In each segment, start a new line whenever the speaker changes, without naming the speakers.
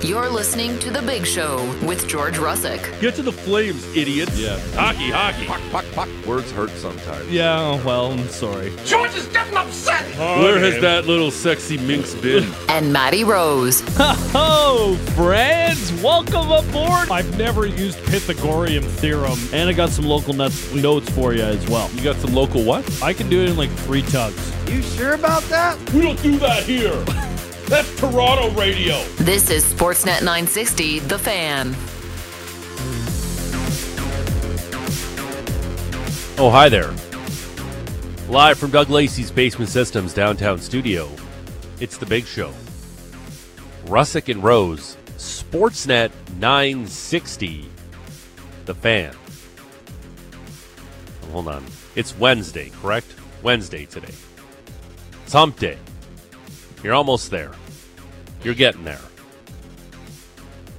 You're listening to The Big Show with George Russick.
Get to the flames, idiots.
Yeah.
Hockey, hockey.
Puck, puck, puck. Words hurt sometimes.
oh,
Yeah, well, I'm sorry.
George is getting upset.
Where has that little sexy minx been?
And Maddie Rose.
Oh, friends, welcome aboard. I've never used Pythagorean theorem, and I got some local nuts notes for you as well.
you got some local what?
I can do it in like three tubs.
You sure about that?
We don't do that here. That's Toronto radio.
This is Sportsnet 960, The Fan.
Oh, hi there. Live from Doug Lacey's Basement Systems downtown studio, it's The Big Show. Russick and Rose, Sportsnet 960, The Fan. Oh, Hold on. It's Wednesday, correct? Wednesday today. It's hump day. You're almost there. You're getting there.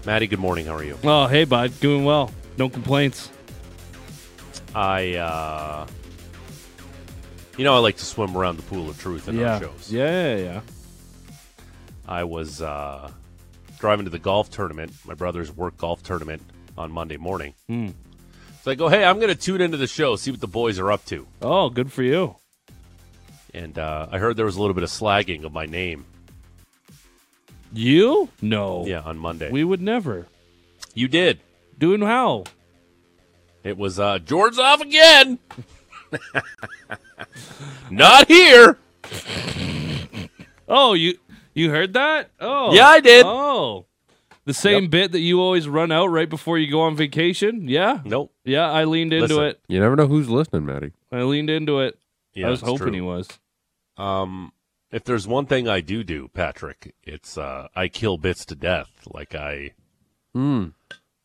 Maddie, good morning. How are you?
Oh, hey, bud, doing well. No complaints.
I, uh, you know, I like to swim around the pool of truth in
yeah.
our shows.
yeah, yeah, yeah.
I was uh, driving to the golf tournament, my brother's work golf tournament on Monday morning.
Hmm.
So I go, hey, I'm going to tune into the show, see what the boys are up to.
Oh, good for you.
And uh, I heard there was a little bit of slagging of my name.
You? No.
Yeah, on Monday.
We would never.
you did.
Doing how?
It was uh, George off again. Not here.
Oh, you you heard that? Oh,
Yeah, I did.
Oh, the same bit that you always run out right before you go on vacation. Yeah,
Nope.
yeah. I leaned into
Listen.
it.
You never know who's listening, Maddie.
I leaned into it.
Yeah,
I was
it's
hoping
true.
he was.
Um, if there's one thing I do do, Patrick, it's uh, I kill bits to death. Like I,
Mm.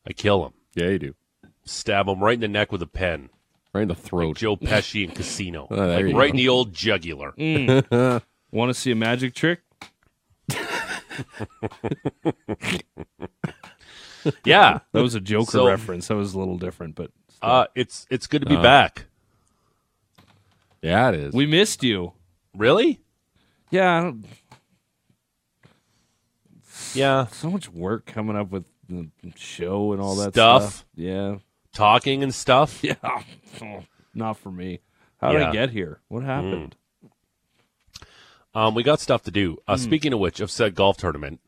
I kill them,
Yeah, you do.
stab them right in the neck with a pen.
Right in the throat.
Joe Pesci in Casino,
Oh, there
like
you
right
go.
in the old jugular.
Want to see a magic trick?
Yeah,
That was a Joker
So-
reference. That was a little different, but
uh, it's it's good to be back.
yeah, it is.
we missed you.
Really?
Yeah, I don't-
Yeah.
so much work coming up with the show and all that
Stuff.
Yeah,
Talking and stuff.
yeah. Not for me. How did
Yeah.
I get here? What happened?
Um, we got stuff to do. Uh, Speaking of which, of said golf tournament,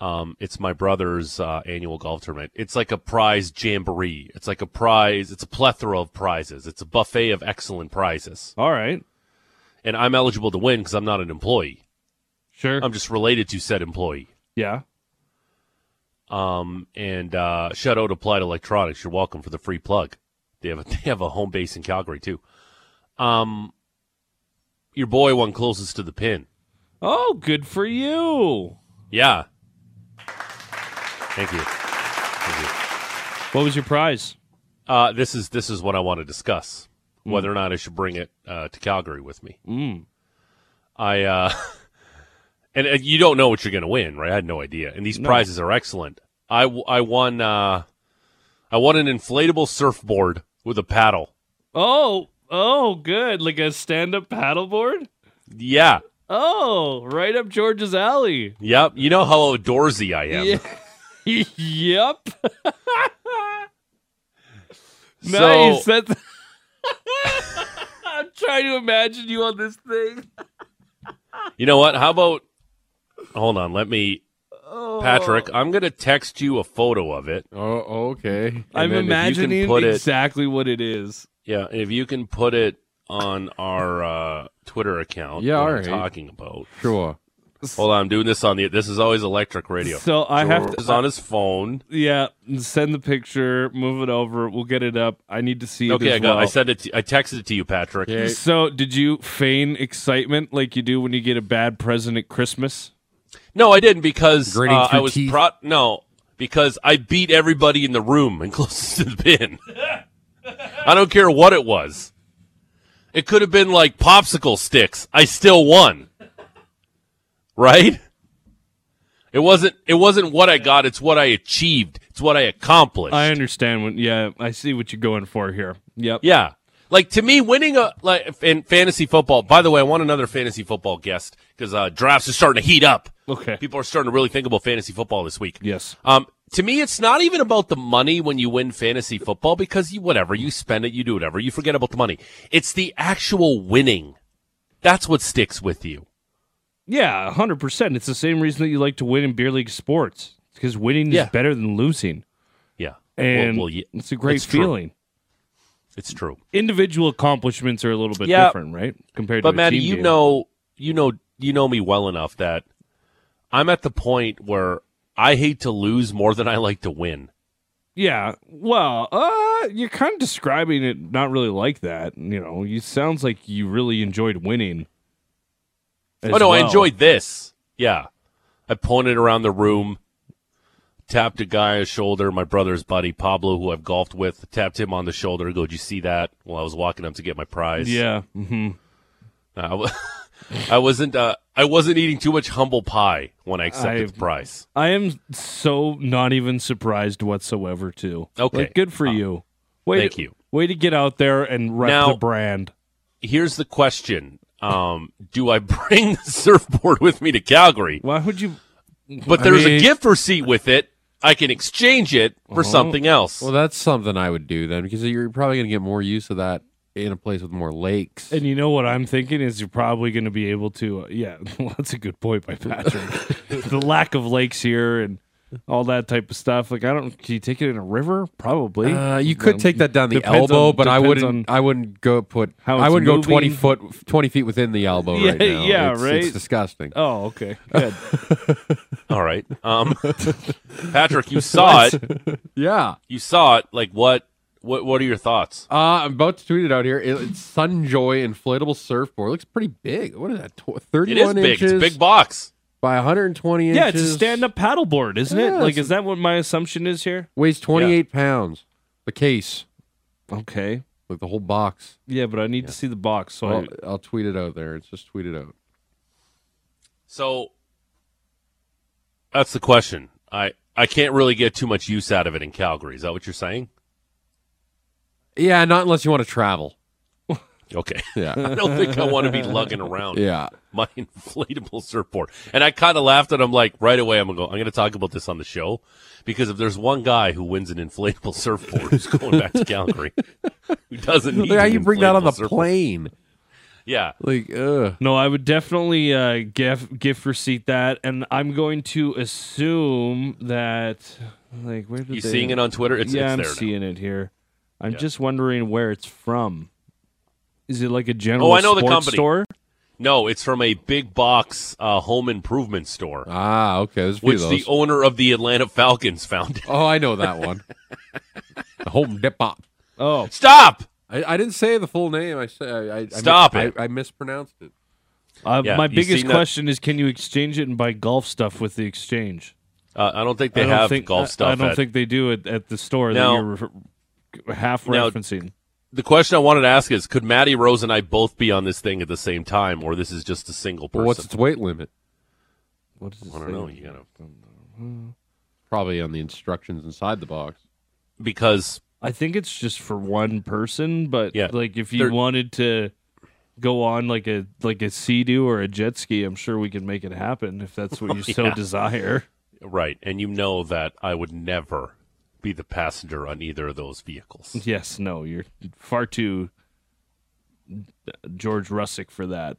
um, it's my brother's uh, annual golf tournament. It's like a prize jamboree. It's like a prize. It's a plethora of prizes. It's a buffet of excellent prizes,
All right,
and I'm eligible to win because I'm not an employee.
sure.
I'm just related to said employee.
Um, yeah.
Um, and uh, shout out Applied Electronics. You're welcome for the free plug. They have a, they have a home base in Calgary too. Um, your boy one closest to the pin.
Oh, good for you.
Yeah. Thank you. Thank
What was your prize?
you. Uh, this is this is what I want to discuss. Whether or not I should bring it uh, to Calgary with me.
Mm.
I uh, and, and you don't know what you're going to win, right? I had no idea. And these prizes are excellent. I, w- I won uh, I won an inflatable surfboard with a paddle.
Oh, oh, good. Like a stand-up paddleboard.
Yeah.
Oh, right up George's alley.
Yep. You know how outdoorsy I am.
Yeah. yep.
So-
nice. That's... I'm trying to imagine you on this thing.
You know what? How about hold on, let me Patrick,
Oh.
I'm gonna text you a photo of it.
Oh, okay. And
I'm
then if you can
imagining
put it-
exactly what it is.
Yeah, and if you can put it on our uh, Twitter account
Yeah,
what
all
I'm
right.
talking about.
Sure.
Hold on, I'm doing this on the this is always electric radio.
So I have
This
to
is on his phone.
Yeah, send the picture, move it over, we'll get it up. I need to see it.
Okay,
as
I got I
well.
sent it to, I texted it to you, Patrick.
Okay.
So, did you feign excitement like you do when you get a bad present at Christmas?
No, I didn't because
Gritting
uh, I
through
was
teeth.
pro- no because I beat everybody in the room and closest to the pin. I don't care what it was. It could have been like popsicle sticks. I still won. Right? It wasn't it wasn't what I got, it's what I achieved. It's what I accomplished.
I understand when. Yeah, I see what you're going for here. Yep.
Yeah. Like to me, winning a like in fantasy football. By the way, I want another fantasy football guest because uh, drafts are starting to heat up.
Okay.
People are starting to really think about fantasy football this week.
Yes.
Um, to me, it's not even about the money when you win fantasy football because you, whatever, you spend it, you do whatever, you forget about the money. It's the actual winning. That's what sticks with you.
Yeah, 100%. It's the same reason that you like to win in beer league sports. It's because winning
Yeah.
is better than losing.
Yeah.
And
Well, well, ye-
it's a great
it's true.
feeling.
It's true.
Individual accomplishments are a little bit
Yeah.
different, right? Compared to
But
a
Maddie,
team
you
game.
know, you know, you know me well enough that I'm at the point where I hate to lose more than I like to win.
Yeah. Well, uh, you're kind of describing it not really like that. You know, you sounds like you really enjoyed winning. as
oh no, I
well.
enjoyed this. Yeah, I pointed around the room, tapped a guy on the shoulder. My brother's buddy Pablo, who I've golfed with, tapped him on the shoulder. Go, did you see that? While I was walking up to get my prize.
Yeah. hmm
Uh, I wa- I wasn't. Uh, I wasn't eating too much humble pie when I accepted
I've-
the prize.
I am so not even surprised whatsoever. Too.
Okay. Uh,
Like, good for you. Way
thank
to,
you.
Way to get out there and rep
Now-
the brand.
Here's the question: um, Do I bring the surfboard with me to Calgary?
Why would you?
But
I
there's a
mean-
gift receipt with it. I can exchange it for
Uh-huh.
something else.
Well, that's something I would do then because you're probably going to get more use of that in a place with more lakes.
And you know what I'm thinking is you're probably going to be able to. Uh, yeah, well, that's a good point by Patrick. the lack of lakes here and all that type of stuff. Like I don't. Can you take it in a river? Probably.
Uh, you could
Um,
take that down the
depends
elbow,
on-
but I
depends
wouldn't.
on-
I wouldn't go put.
How
I
it's
wouldn't go twenty
moving.
foot, twenty feet within the elbow
Yeah,
right now.
yeah,
it's,
right?
It's disgusting.
oh, okay. Good.
All right, um, Patrick, you saw it.
Yeah,
you saw it. Like what? What? What are your thoughts?
uh, I'm about to tweet it out here. It, it's Sunjoy inflatable surfboard. looks pretty big. What is that? Tw-
It is
Thirty-one
big.
inches
It's a big box.
by 120
yeah,
inches.
it's a stand-up paddleboard, isn't
Yeah,
it? Like,
it's-
is that what my assumption is here?
Weighs 28 pounds. The case
Okay.
with the whole box.
Yeah, but I need to see the box. So
I'll,
I,
I'll tweet it out there. It's just tweeted out.
So that's the question. I I can't really get too much use out of it in Calgary. Is that what you're saying?
Yeah, not unless you want to travel.
Okay.
Yeah,
I don't think I want to be lugging around
yeah.
my inflatable surfboard. And I kind of laughed at him like right away. I'm gonna go, I'm gonna talk about this on the show because if there's one guy who wins an inflatable surfboard who's going back to Calgary, who doesn't need
Look how
an
you bring that on
inflatable
the
surfboard.
plane.
Yeah.
Like, ugh.
no, I would definitely uh, gift gift receipt that, and I'm going to assume that like where did
You
they-
seeing it on Twitter? It's,
yeah,
it's
I'm
there now.
seeing it here. I'm just wondering where it's from. Is it like a general?
Oh, I know the
sports
company.
store.
No, it's from a big box uh, home improvement
Uh,
store,
Ah, okay. There's a few
which
of those.
the owner of the Atlanta Falcons founded.
Oh, I know that one. the Home Depot.
Oh,
Stop!
I, I didn't say the full name. I said I, I
Stop
I, mis-
it.
I, I mispronounced it.
uh,
Yeah,
my
you
biggest
seen that-
question is: Can you exchange it and buy golf stuff with the exchange?
Uh, I don't think they
I don't
have
think,
golf
I-
stuff.
I don't
at-
think they do at, at the store
Now-
that you're re- half
Now-
referencing.
the question I wanted to ask is: Could Maddie Rose and I both be on this thing at the same time, or this is just a single
But
person?
what's its weight limit?
What is this
I don't
thing?
know. You gotta
Probably on the instructions inside the box.
because
I think it's just for one person, but
Yeah.
like if you
They're-
wanted to go on like a like a sea doo or a jet ski, I'm sure we could make it happen if that's what you
Oh,
so desire.
right, and you know that I would never be the passenger on either of those vehicles.
Yes, no, you're far too George Russick for that.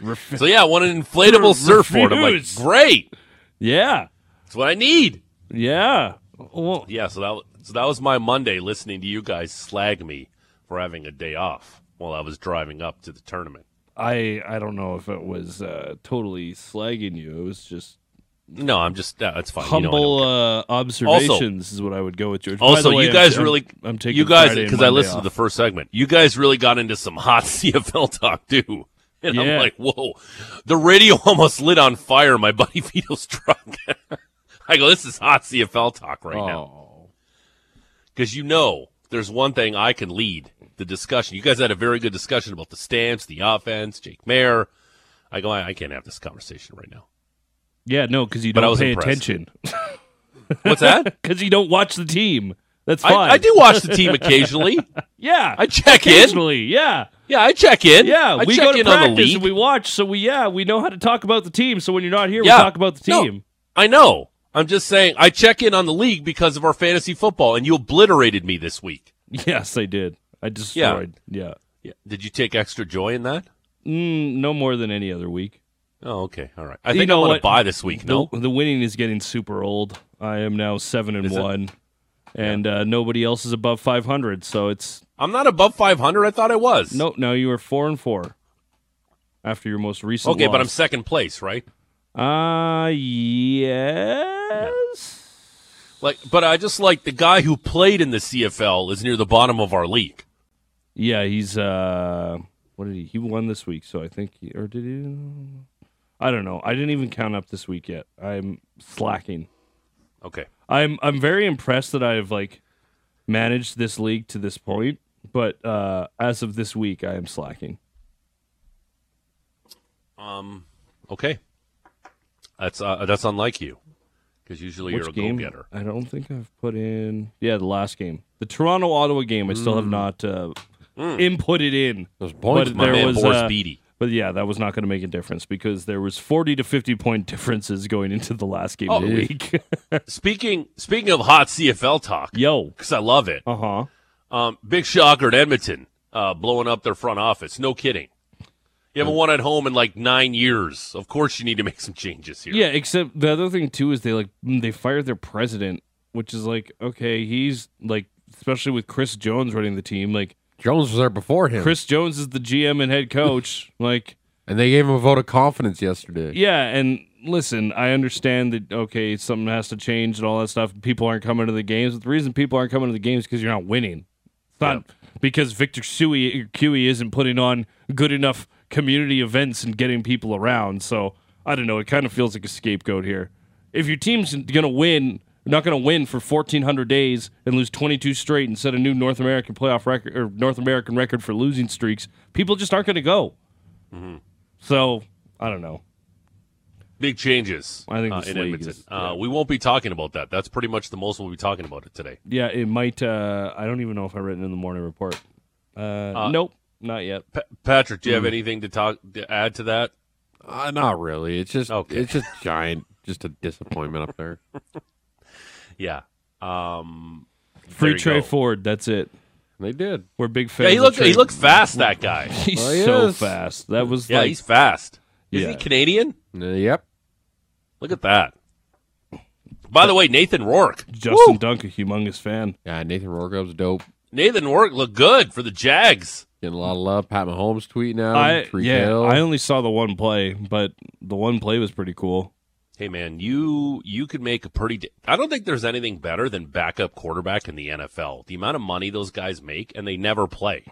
Ref-
So yeah, I want an inflatable surfboard. I'm like,
refuse.
great.
yeah,
That's what I need.
yeah. Well,
Yeah. So that wa- so that was my Monday listening to you guys slag me for having a day off while I was driving up to the tournament.
I I don't know if it was uh, totally slagging you. It was just
No, I'm just uh, that's fine. you know I don't
humble
care.
uh, observations is what I would go with, George. By
Also,
the way,
you
I'm-
guys
I'm-
really,
I'm, taking
you guys
because
I listened to the first segment. You guys really got into some hot CFL talk too, and I'm
Yeah.
like, whoa, the radio almost lit on fire. My buddy Vito's truck. I go, this is hot CFL talk right
oh.
now because you know there's one thing I can lead the discussion. You guys had a very good discussion about the stamps, the offense, Jake Mayer. I go, I, I can't have this conversation right now.
yeah, no, because you
But I
don't
was
pay
impressed.
attention
What's that?
because you don't watch the team. That's
I,
fine.
I do watch the team occasionally.
Yeah,
I check in.
occasionally. Yeah,
Yeah, I check in.
Yeah,
I
we
check
go to
in
practice
on the league.
and we watch. So we yeah, we know how to talk about the team. So when you're not here,
Yeah.
we talk about the
No,
team.
I know. I'm just saying I check in on the league because of our fantasy football, and you obliterated me this week.
Yes, I did. I destroyed. Yeah.
Yeah. Did you take extra joy in that?
Mm, no more than any other week.
Oh, okay. All right. I
You
think
know
I want
what?
to buy this week. No.
The, the winning is getting super old. I am now seven and
Is it?
one, and uh, nobody else is above five hundred. So it's
I'm not above 500. I thought I was.
no, no. You were four and four after your most recent.
Okay, but I'm
loss.
second place, right?
Ah, uh, yes.
Like, but I just like the guy who played in the CFL is near the bottom of our league.
Yeah, he's uh what did he he won this week, so I think he, or did he I don't know. I didn't even count up this week yet. I'm slacking.
Okay.
I'm I'm very impressed that I've like managed this league to this point, but uh as of this week I am slacking.
Um. Okay. That's uh, that's unlike you, because usually you're a
Which game?
goal getter.
I don't think I've put in Yeah, the last game. The Toronto Ottawa game I still have
Hmm.
not uh inputted in.
Those points,
but
My
there
man
was
Boris
uh,
Beattie.
But yeah, that was not going to make a difference because there was 40 to 50 point differences going into the last game of the
Oh.
week.
Speaking speaking of hot CFL talk,
Yo.
because I love it.
Uh-huh.
Um, big shocker at Edmonton, uh, blowing up their front office. No kidding. You haven't won at home in like nine years. Of course, you need to make some changes here.
Yeah, except the other thing too is they like mm, they fired their president, which is like okay, he's like especially with Chris Jones running the team, like
Jones was there before him,
Chris Jones is the GM and head coach, like
and they gave him a vote of confidence yesterday.
yeah, and listen, I understand that okay, something has to change and all that stuff. People aren't coming to the games, but the reason people aren't coming to the games is because you're not winning. It's not because Victor Suey Cuey isn't putting on good enough community events and getting people around. So I don't know. It kind of feels like a scapegoat here. If your team's gonna win, not gonna win for 1,400 days and lose 22 straight and set a new North American playoff record or North American record for losing streaks, people just aren't gonna go. So I don't know.
Big changes
I think
uh,
this
in
league
Edmonton.
is-
uh, we won't be talking about that. That's pretty much the most we'll be talking about it today.
Yeah, it might. Uh, I don't even know if I read it in the morning report. Uh, nope, not yet.
Pa- Patrick, do you have anything to talk to add to that?
Uh, not really. It's just
Okay.
it's just giant, just a disappointment up there.
Yeah. Um,
Free
you
Trey
go.
Ford. That's it.
And they did.
We're big fans.
yeah, he
of
looked
Trey.
he looked fast. That guy.
He's
Well, he
so
is.
fast. That was
Yeah,
like,
he's fast. Isn't
Yeah.
he Canadian?
Uh, yep.
Look at that. By the way, Nathan Rourke.
Justin
Woo!
Dunk, a humongous fan.
Yeah, Nathan Rorgo's dope.
Nathan Rourke looked good for the Jags.
Getting a lot of love. Pat Mahomes tweeting out.
I
Tariq
yeah.
Hill.
I only saw the one play, but the one play was pretty cool.
Hey man, you you could make a pretty. d I don't think there's anything better than backup quarterback in the NFL. The amount of money those guys make, and they never play.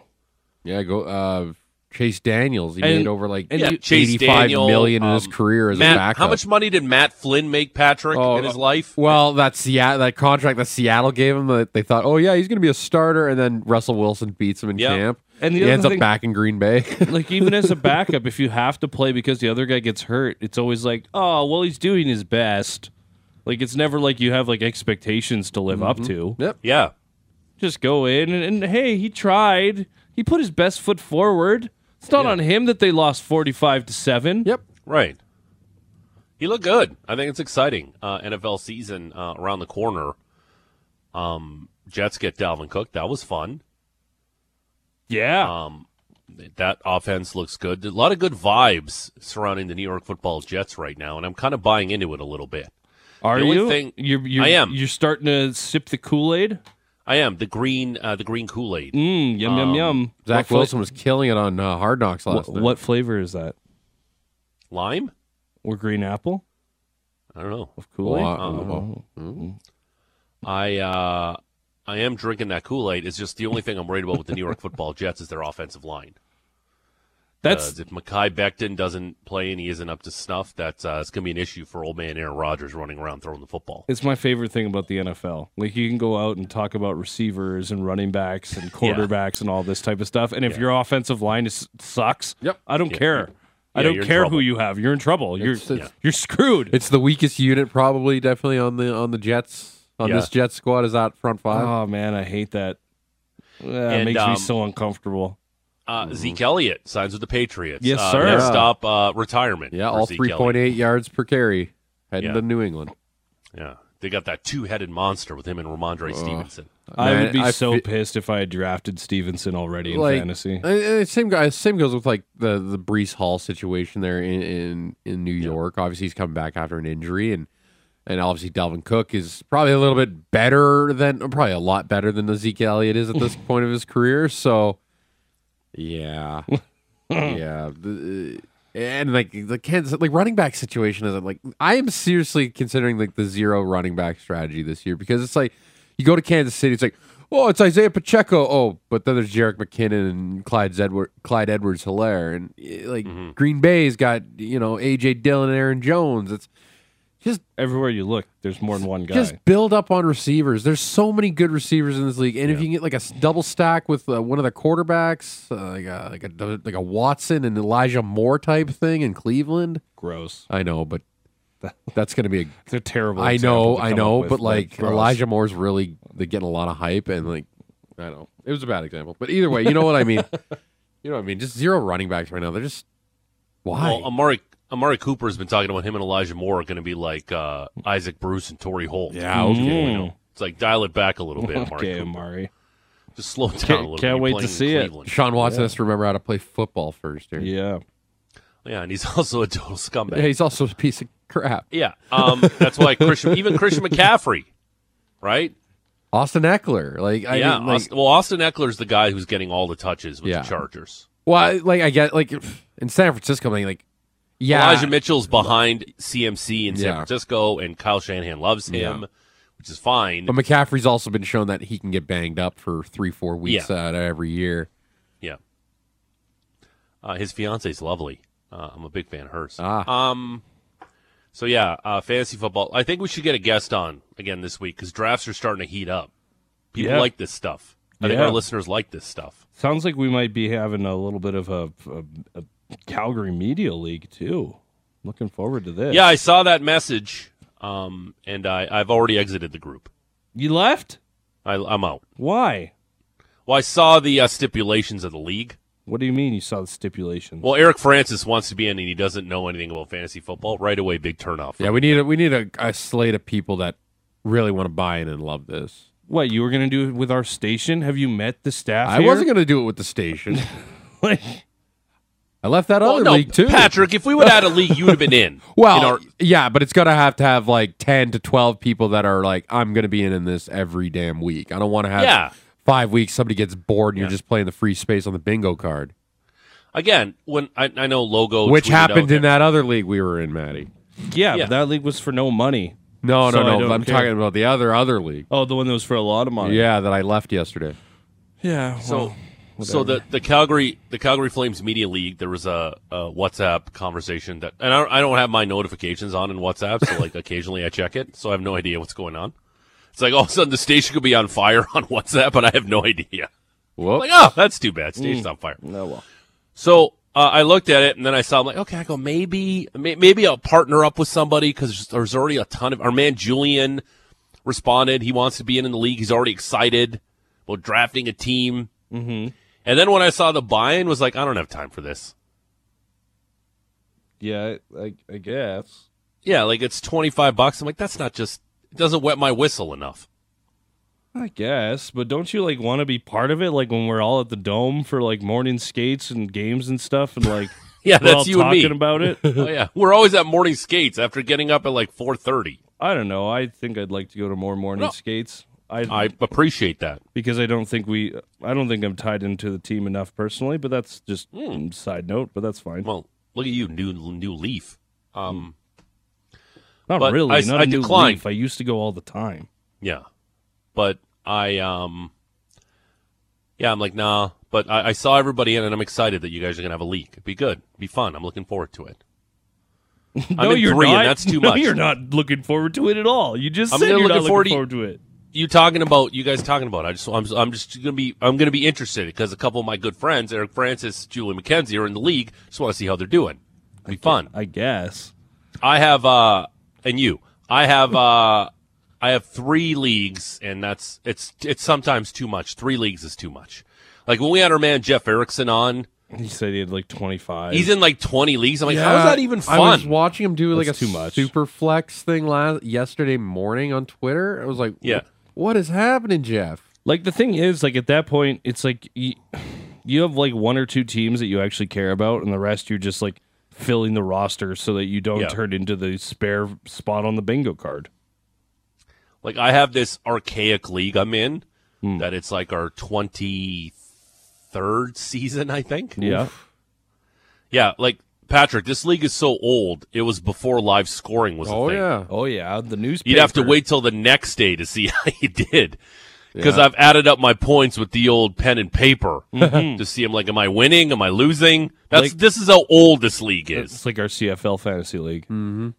yeah, go uh Chase Daniels. He
And-
made over like
and
Yeah,
you-
Chase
eighty five
Daniel,
million in his
um,
career as
Matt,
a backup.
how much money did Matt Flynn make, Patrick,
Oh,
in his
uh,
life?
Well, that Seattle, that contract that Seattle gave him, that they thought, oh yeah, he's going to be a starter, and then Russell Wilson beats him in
Yeah.
camp,
And the
he
other
ends
thing-
up back in Green Bay.
Like even as a backup, if you have to play because the other guy gets hurt, it's always like, oh well, he's doing his best. Like it's never like you have like expectations to live
Mm-hmm.
up to.
yep.
Yeah,
just go in and, and hey, he tried. He put his best foot forward. It's not on him that they lost forty-five to seven.
Yep.
right. He looked good. I think it's exciting. Uh, NFL season uh, around the corner. Um, Jets get Dalvin Cook. That was fun.
Yeah.
Um, that offense looks good. A lot of good vibes surrounding the New York Football Jets right now, and I'm kind of buying into it a little bit.
Are
the only
you?
thing-
you're, you're,
I am.
You're starting to sip the Kool Aid.
I am the green, uh, the green Kool Aid.
Mm, yum
Um,
yum yum.
Zach
What
Wilson was killing it on uh, Hard Knocks
fla-
last
what,
night.
what flavor is that?
Lime?
Or green apple
I don't know.
of Kool Aid?
Well, uh, well,
I uh, I am drinking that Kool Aid. It's just the only thing I'm worried about with the New York Football Jets is their offensive line.
That's
Because uh, if Makai Becton doesn't play and he isn't up to snuff, that's uh, it's gonna be an issue for old man Aaron Rodgers running around throwing the football.
it's my favorite thing about the NFL. Like you can go out and talk about receivers and running backs and quarterbacks and all this type of stuff. And if your offensive line is, sucks,
Yep.
I don't care. I
Yeah,
don't
you're in
care who
trouble.
you have. You're in trouble. You're
It's- it's-
you're screwed.
It's the weakest unit, probably, definitely on the on the Jets on
Yeah.
this Jets
Uh-huh.
squad is that front five.
Oh man, I hate that. That
And,
makes me
um,
so uncomfortable.
Uh, Zeke Elliott signs with the Patriots.
Mm-hmm. Yes,
Uh,
sir.
next
Yeah.
stop, uh, retirement.
Yeah,
for
all
Zeke
three
Elliott.
point eight yards per carry heading
Yeah.
to New England.
Yeah, they got that two-headed monster with him and Ramondre Stevenson.
I
Man,
would be
I
so
fe-
pissed if I had drafted Stevenson already in
like
fantasy.
uh, uh, same guy. Same goes with like the the Brees Hall situation there in in, in New York. Obviously, he's coming back after an injury, and and obviously Dalvin Cook is probably a little bit better than probably a lot better than Ezekiel Elliott is at this point of his career. So, yeah, yeah. The- uh, and like the kids, like running back situation isn't like I am seriously considering like the zero running back strategy this year because it's like you go to Kansas City, it's like oh it's Isaiah Pacheco, oh but then there's Jarek McKinnon and Clyde Edward Clyde Edwards Hilaire and eh, like Green Bay's got you know AJ Dillon and Aaron Jones. It's just
Everywhere you look, there's more than one guy.
just build up on receivers. There's so many good receivers in this league, and if you can get like a s- double stack with uh, one of the quarterbacks, uh, like a, like a like a Watson and Elijah Moore type thing in Cleveland,
gross.
I know, but that's gonna be. a
They're terrible.
I
example
know,
to
I
come
know,
up with,
but like
gross.
Elijah Moore's really they getting a lot of hype, and like I don't know, it was a bad example, but either way, you know what I mean. you know what I mean. Just zero running backs right now. They're just why.
Well, um, Amari Amari Cooper has been talking about him and Elijah Moore are going to be like uh, Isaac Bruce and Torrey Holt.
yeah, okay.
Mm.
It's like dial it back a little bit, Amari.
Okay,
Cooper.
Amari.
Just slow it down a
Can't-
little.
can't
bit.
wait
You're
to
playing in
see it.
Cleveland.
Sean Watson has to remember how to play football first. Here.
Yeah.
Yeah, and he's also a total scumbag.
Yeah, he's also a piece of crap.
Yeah, um, that's why Christian, even Christian McCaffrey, right?
Austin Eckler. Like I
yeah,
mean, like,
Aust- well, Austin Eckler's the guy who's getting all the touches with
Yeah.
the Chargers.
well, I- like I get like if- in San Francisco, like, like yeah,
Elijah Mitchell's behind CMC in San
Yeah.
Francisco, and Kyle Shanahan loves him, which is fine.
but McCaffrey's also been shown that he can get banged up for three, four weeks
Yeah.
out of every year.
yeah, uh, his fiance's lovely. Uh, I'm a big fan of hers. Um,
Ah,
So yeah, uh, fantasy football. I think we should get a guest on again this week because drafts are starting to heat up. People
Yeah.
like this stuff. I think
Yeah.
our listeners like this stuff.
Sounds like we might be having a little bit of a, a, a Calgary Media League, too. Looking forward to this.
Yeah, I saw that message, um, and I, I've already exited the group.
You left?
I, I'm out.
Why?
Well, I saw the uh, stipulations of the league.
What do you mean you saw the stipulations?
Well, Eric Francis wants to be in, and he doesn't know anything about fantasy football. Right away, big turnoff.
yeah, we need a, we need a, a slate of people that really want to buy in and love this.
What you were gonna do with our station? Have you met the staff?
I wasn't going to do it with the station.
gonna.
I left that
Well,
other
Oh, no,
league too.
Patrick. If we would add a league, you would have been in.
well,
In our-
yeah, but it's going to have to have like ten to twelve people that are like, I'm going to be in in this every damn week. I don't want to have
Yeah.
five weeks. Somebody gets bored and you're just playing the free space on the bingo card.
again, when I, I know logo,
which
tweeted out
happened in
there-
that other league we were in, Maddie.
yeah,
Yeah.
but that league was for no money.
No,
So I
no, no.
don't
I'm
care.
talking about the other other league.
Oh, the one that was for a lot of money.
Yeah, that I left yesterday.
yeah.
So,
well,
so the the Calgary the Calgary Flames media league. There was a, a WhatsApp conversation that, and I, I don't have my notifications on in WhatsApp, so like occasionally I check it, so I have no idea what's going on. It's like all of a sudden the station could be on fire on WhatsApp, and I have no idea.
Whoop.
Like, oh, that's too bad. Station's on fire.
no, well,
So uh, I looked at it and then I saw. I'm like, okay, I go maybe may, maybe I'll partner up with somebody because there's already a ton of our man Julian responded. He wants to be in, in the league. He's already excited about drafting a team. Mm-hmm. And then when I saw the buy-in, was like, I don't have time for this.
yeah, I, I guess.
Yeah, like it's 25 bucks. I'm like, that's not just. It doesn't wet my whistle enough.
I guess, but don't you like want to be part of it? Like when we're all at the dome for like morning skates and games and stuff, and like
Yeah,
we're
that's
all
you and me.
talking about it.
Oh yeah, we're always at morning skates after getting up at like 4:30.
I don't know. I think I'd like to go to more morning
No.
skates.
I appreciate that.
because I don't think we I don't think I'm tied into the team enough personally, but that's just mm, side note, but that's fine.
Well, look at you, new new leaf. Um.
not
but
really.
I s-
not
I
a new
declined.
leaf. I used to go all the time.
Yeah. But I um yeah, I'm like, nah. But I, I saw everybody in and I'm excited that you guys are gonna have a leak. It'd be good. It'd be fun. I'm looking forward to it. I'm
no,
in
you're
three
not.
and that's too
no,
much.
You're not looking forward to it at all. You just
I'm
said
gonna
you're
looking
not
forward to-
looking forward to it.
You talking about you guys talking about I just I'm I'm just gonna be I'm gonna be interested because a couple of my good friends, Eric Francis, Julie McKenzie, are in the league. Just wanna see how they're doing. It'd be fun.
I guess.
I have uh and you. I have uh I have three leagues and that's it's it's sometimes too much. Three leagues is too much. Like when we had our man Jeff Erickson on,
He said he had like 25.
he's in like 20 leagues. I'm like, how is that even fun?
I was watching him do like
That's
a
too much.
super flex thing last yesterday morning on Twitter. I was like,
Yeah.
what is happening, Jeff?
like the thing is, like at that point, it's like you, you have like one or two teams that you actually care about, and the rest you're just like filling the roster so that you don't
Yeah.
turn into the spare spot on the bingo card.
Like I have this archaic league I'm in that it's like our 23rd season, I think.
Yeah.
Yeah, like Patrick, this league is so old. It was before live scoring was a
Oh
thing.
yeah,
Oh yeah, the newspaper.
You'd have to wait till the next day to see how you did. Because I've added up my points with the old pen and paper to see. I'm like, am I winning? Am I losing? That's
Mm-hmm. Like-
this is how old this league is.
It's like our CFL fantasy league.
Mm.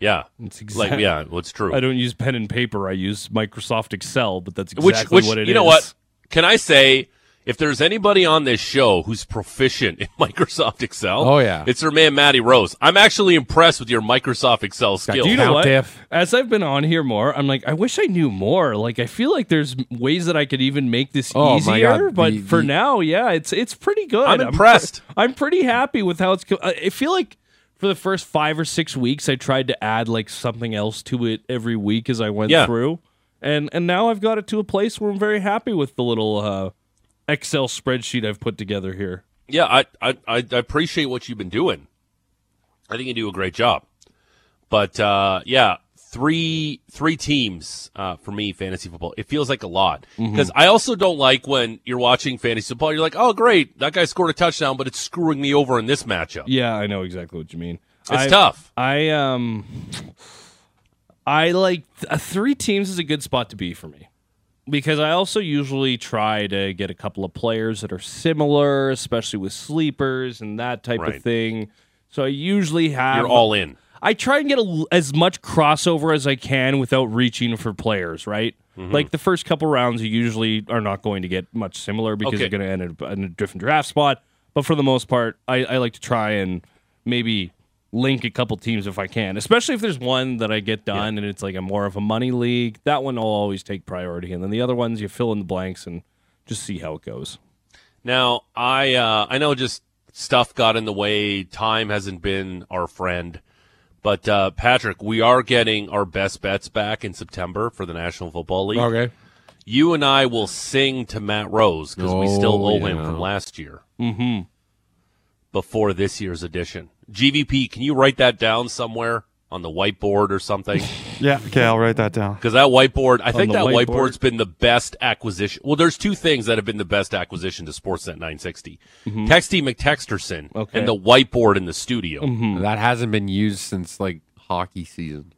Yeah,
It's
like
exactly.
yeah, well, it's true.
I don't use pen and paper. I use Microsoft Excel, but that's exactly
which which
what it is.
you know what can I say? If there's anybody on this show who's proficient in Microsoft Excel,
Oh, yeah.
it's our man Matty Rose. I'm actually impressed with your Microsoft Excel skill.
Do you
Count
know what?
diff.
As I've been on here more, I'm like, I wish I knew more. Like, I feel like there's ways that I could even make this
Oh, my
easier.
God.
But
The-
for
the-
now, yeah, it's it's pretty good.
I'm
pre-
impressed.
I'm pretty happy with how it's. Co- I I feel like for the first five or six weeks, I tried to add like something else to it every week as I went
Yeah.
through, and and now I've got it to a place where I'm very happy with the little uh, Excel spreadsheet I've put together here.
Yeah, I, I I I appreciate what you've been doing. I think you do a great job. But uh, yeah, three three teams uh, for me fantasy football. It feels like a lot
Mm-hmm.
because I also don't like when you're watching fantasy football. You're like, oh great, that guy scored a touchdown, but it's screwing me over in this matchup.
Yeah, I know exactly what you mean.
It's
I-
tough.
I um, I like th- three teams is a good spot to be for me because I also usually try to get a couple of players that are similar, especially with sleepers and that type
Right.
of thing. So I usually have
You're all in.
I try and get a, as much crossover as I can without reaching for players, right?
Mm-hmm.
Like the first couple rounds, you usually are not going to get much similar because
Okay.
you're going to end up in a different draft spot. But for the most part, I, I like to try and maybe link a couple teams if I can, especially if there's one that I get done and it's like a more of a money league. That one will always take priority. And then the other ones, you fill in the blanks and just see how it goes.
Now, I uh, I know just stuff got in the way. Time hasn't been our friend, but uh, Patrick, we are getting our best bets back in September for the National Football League.
Okay,
You and I will sing to Matt Rose because we still
Oh,
owe him
yeah.
from last year. Mm-hmm. Before this year's edition, GVP, can you write that down somewhere on the whiteboard or something?
Yeah. Okay, I'll write that down.
Because that whiteboard, I think
the
that
whiteboard?
whiteboard's been the best acquisition. Well, there's two things that have been the best acquisition to Sportsnet 960: Texty McTexterson
Mm-hmm. Okay.
and
Mm-hmm.
the whiteboard in the studio.
that hasn't been used since like hockey season.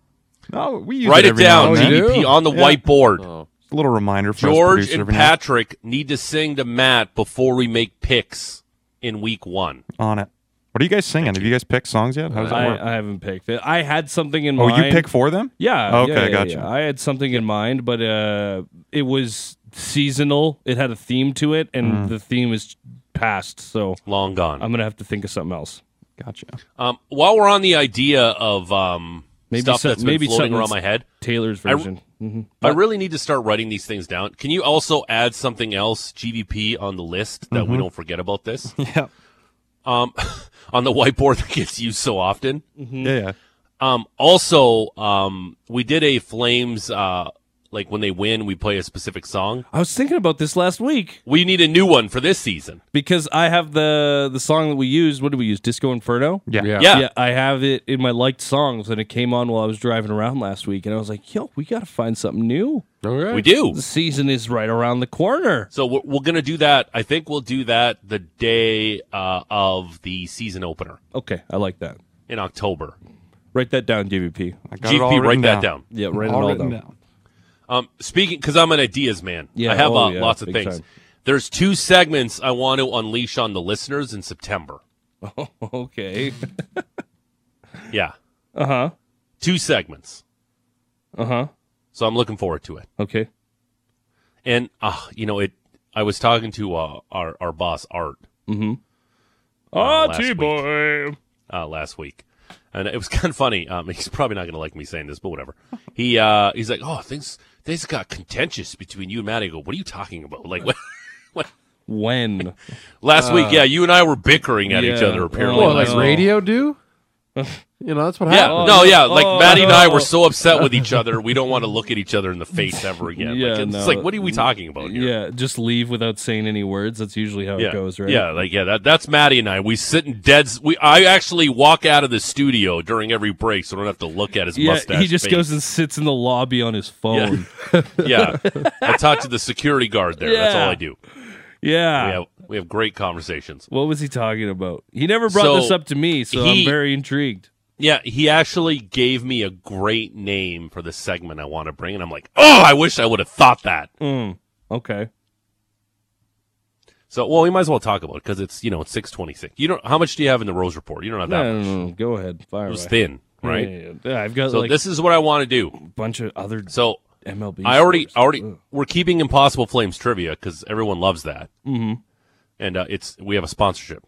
No, we use
Write it
every now
down,
and
Oh,
then.
you
GVP,
do?
on the
Yeah.
whiteboard.
A little reminder for us
George
Oh, producer
and
every now and
Patrick need to sing to Matt before we make picks in week one.
then. on it. What are you guys singing? Have you guys picked songs yet? How does that work?
I, I haven't picked it. I had something in
oh,
mind.
you pick for them?
Yeah.
Okay,
yeah, yeah,
gotcha.
yeah. I had something in mind, but uh, it was seasonal. It had a theme to it, and
Mm.
the theme is past. So
long gone.
I'm gonna have to think of something else.
Gotcha.
Um, while we're on the idea of um,
Maybe
stuff
some-
that's been
maybe
floating
something
around my
that's-
head,
Taylor's
I-
version. Mhm.
I really need to start writing these things down. Can you also add something else, GVP, on the list that we don't forget about this
Mm-hmm.
Um,
Yeah.
on the whiteboard that gets used so often?
Yeah. yeah.
Um, also, um, we did a Flames uh, like when they win, we play a specific song.
I was thinking about this last week
We need a new one for this season.
because I have the the song that we used. What did we use? Disco Inferno.
Yeah.
Yeah.
Yeah,
Yeah, I have it in my liked songs, and it came on while I was driving around last week, and I was like, "Yo, we gotta find something new.
Okay.
we do.
The season is right around the corner."
So we're, we're gonna do that. I think we'll do that the day uh, of the season opener
Okay, I like that.
in October.
Write that down, GVP.
I got it all
GVP,
written
write that
down.
down.
Yeah, write
All
it all
written
down.
down.
Um, speaking, because I'm an ideas man.
Yeah,
I have
oh,
uh,
yeah,
lots of
big
things.
time.
There's two segments I want to unleash on the listeners in September.
Okay.
Yeah,
Uh huh.
two segments.
Uh huh.
So I'm looking forward to it.
Okay.
And uh, you know, it. I was talking to uh, our our boss Art
Ah,
last
T boy.
uh, last week, and it was kind of funny. Um, he's probably not going to like me saying this, but whatever. He uh, he's like, oh, things things got contentious between you and Matt. I go, what are you talking about? Like, what? what
when?
Last week, yeah, you and I were bickering at each
Uh, yeah.
other apparently.
Well,
What,
Oh,
like
no.
radio do? you know, that's what
yeah,
happened.
no, yeah,
no.
like
Oh,
Maddie and I were
no.
so upset with each other, we don't want to look at each other in the face ever again.
Yeah,
like, it's
no.
like, what are we talking about here?
Yeah, just leave without saying any words. That's usually how
yeah,
it goes, right?
yeah, like yeah, that that's Maddie and I. We sit in dead. s- We I actually walk out of the studio during every break, so I don't have to look at his
Yeah,
mustache.
he just
face.
goes and sits in the lobby on his phone.
Yeah, I talk to the security guard there. That's all
Yeah.
I do.
Yeah.
We have we have great conversations.
What was he talking about? He never brought
So,
this up to me, so
he-
I'm very intrigued.
Yeah, he actually gave me a great name for the segment I want to bring, and I'm like, oh, I wish I would have thought that.
Okay.
So, well, we might as well talk about it because it's you know it's six twenty six. You don't how much do you have in the Rose report? You don't have that.
No, no,
much.
no, no, Go ahead. Fire
It was
away.
thin, right?
Yeah, yeah, yeah. I've got
So
like
this is what I want to do.
a bunch of other
So
MLB.
I already
scores.
already we're keeping Impossible Flames trivia because everyone loves that, mm-hmm. and uh, it's we have a sponsorship.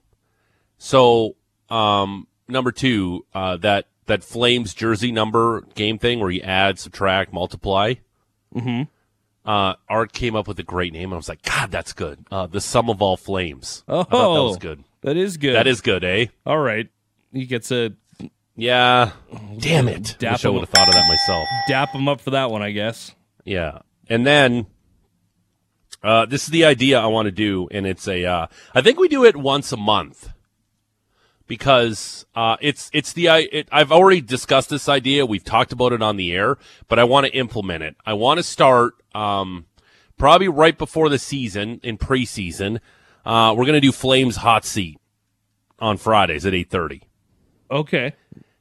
So um, number two, uh, that that Flames jersey number game thing where you add, subtract, multiply. Mm-hmm. Uh, Art came up with a great name, and I was like, God, that's good. Uh, the sum of all flames. I thought that was
Oh.
good.
That is good.
That is good, eh?
all right. He gets a
Yeah. Damn it.
Dap
Wish I
him
would have thought of that myself.
dap him up for that one, I guess.
Yeah. And then uh, this is the idea I want to do, and it's a. Uh, I think we do it once a month because uh, it's it's the I. It, I've already discussed this idea. We've talked about it on the air, but I want to implement it. I want to start um, probably right before the season in preseason. Uh, we're gonna do Flames hot seat on Fridays at eight thirty
Okay.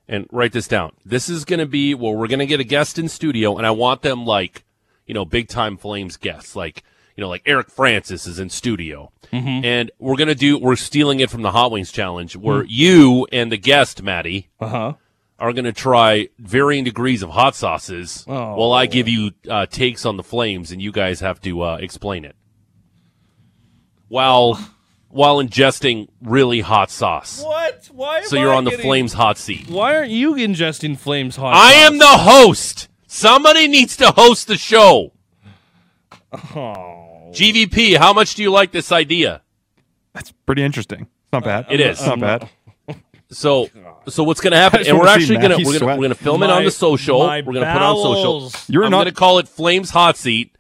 and write this down. This is going to be well, we're going to get a guest in studio, and I want them like, you know, big time Flames guests, like you know, like Eric Francis is in studio,
Mm-hmm.
and we're gonna do we're stealing it from the Hot Wings Challenge, where
Mm-hmm.
you and the guest Maddie
Uh huh.
are gonna try varying degrees of hot sauces,
Oh.
while I give you uh, takes on the Flames, and you guys have to uh, explain it while while ingesting really hot sauce.
What? Why?
So you're on the Flames hot seat.
Why aren't you ingesting flames hot?
I am the host. Somebody needs to host the show.
Oh.
GVP, how much do you like this idea?
That's pretty interesting. It's not bad.
It is.
It's not bad.
So, so what's going to happen?
I just
And we're
wanna see
actually going to
Matthew
we're going
sweat.
to we're going to film it on the social. We're going to put it on social.
You're
I'm
not.
going to call it Flames Hot Seat,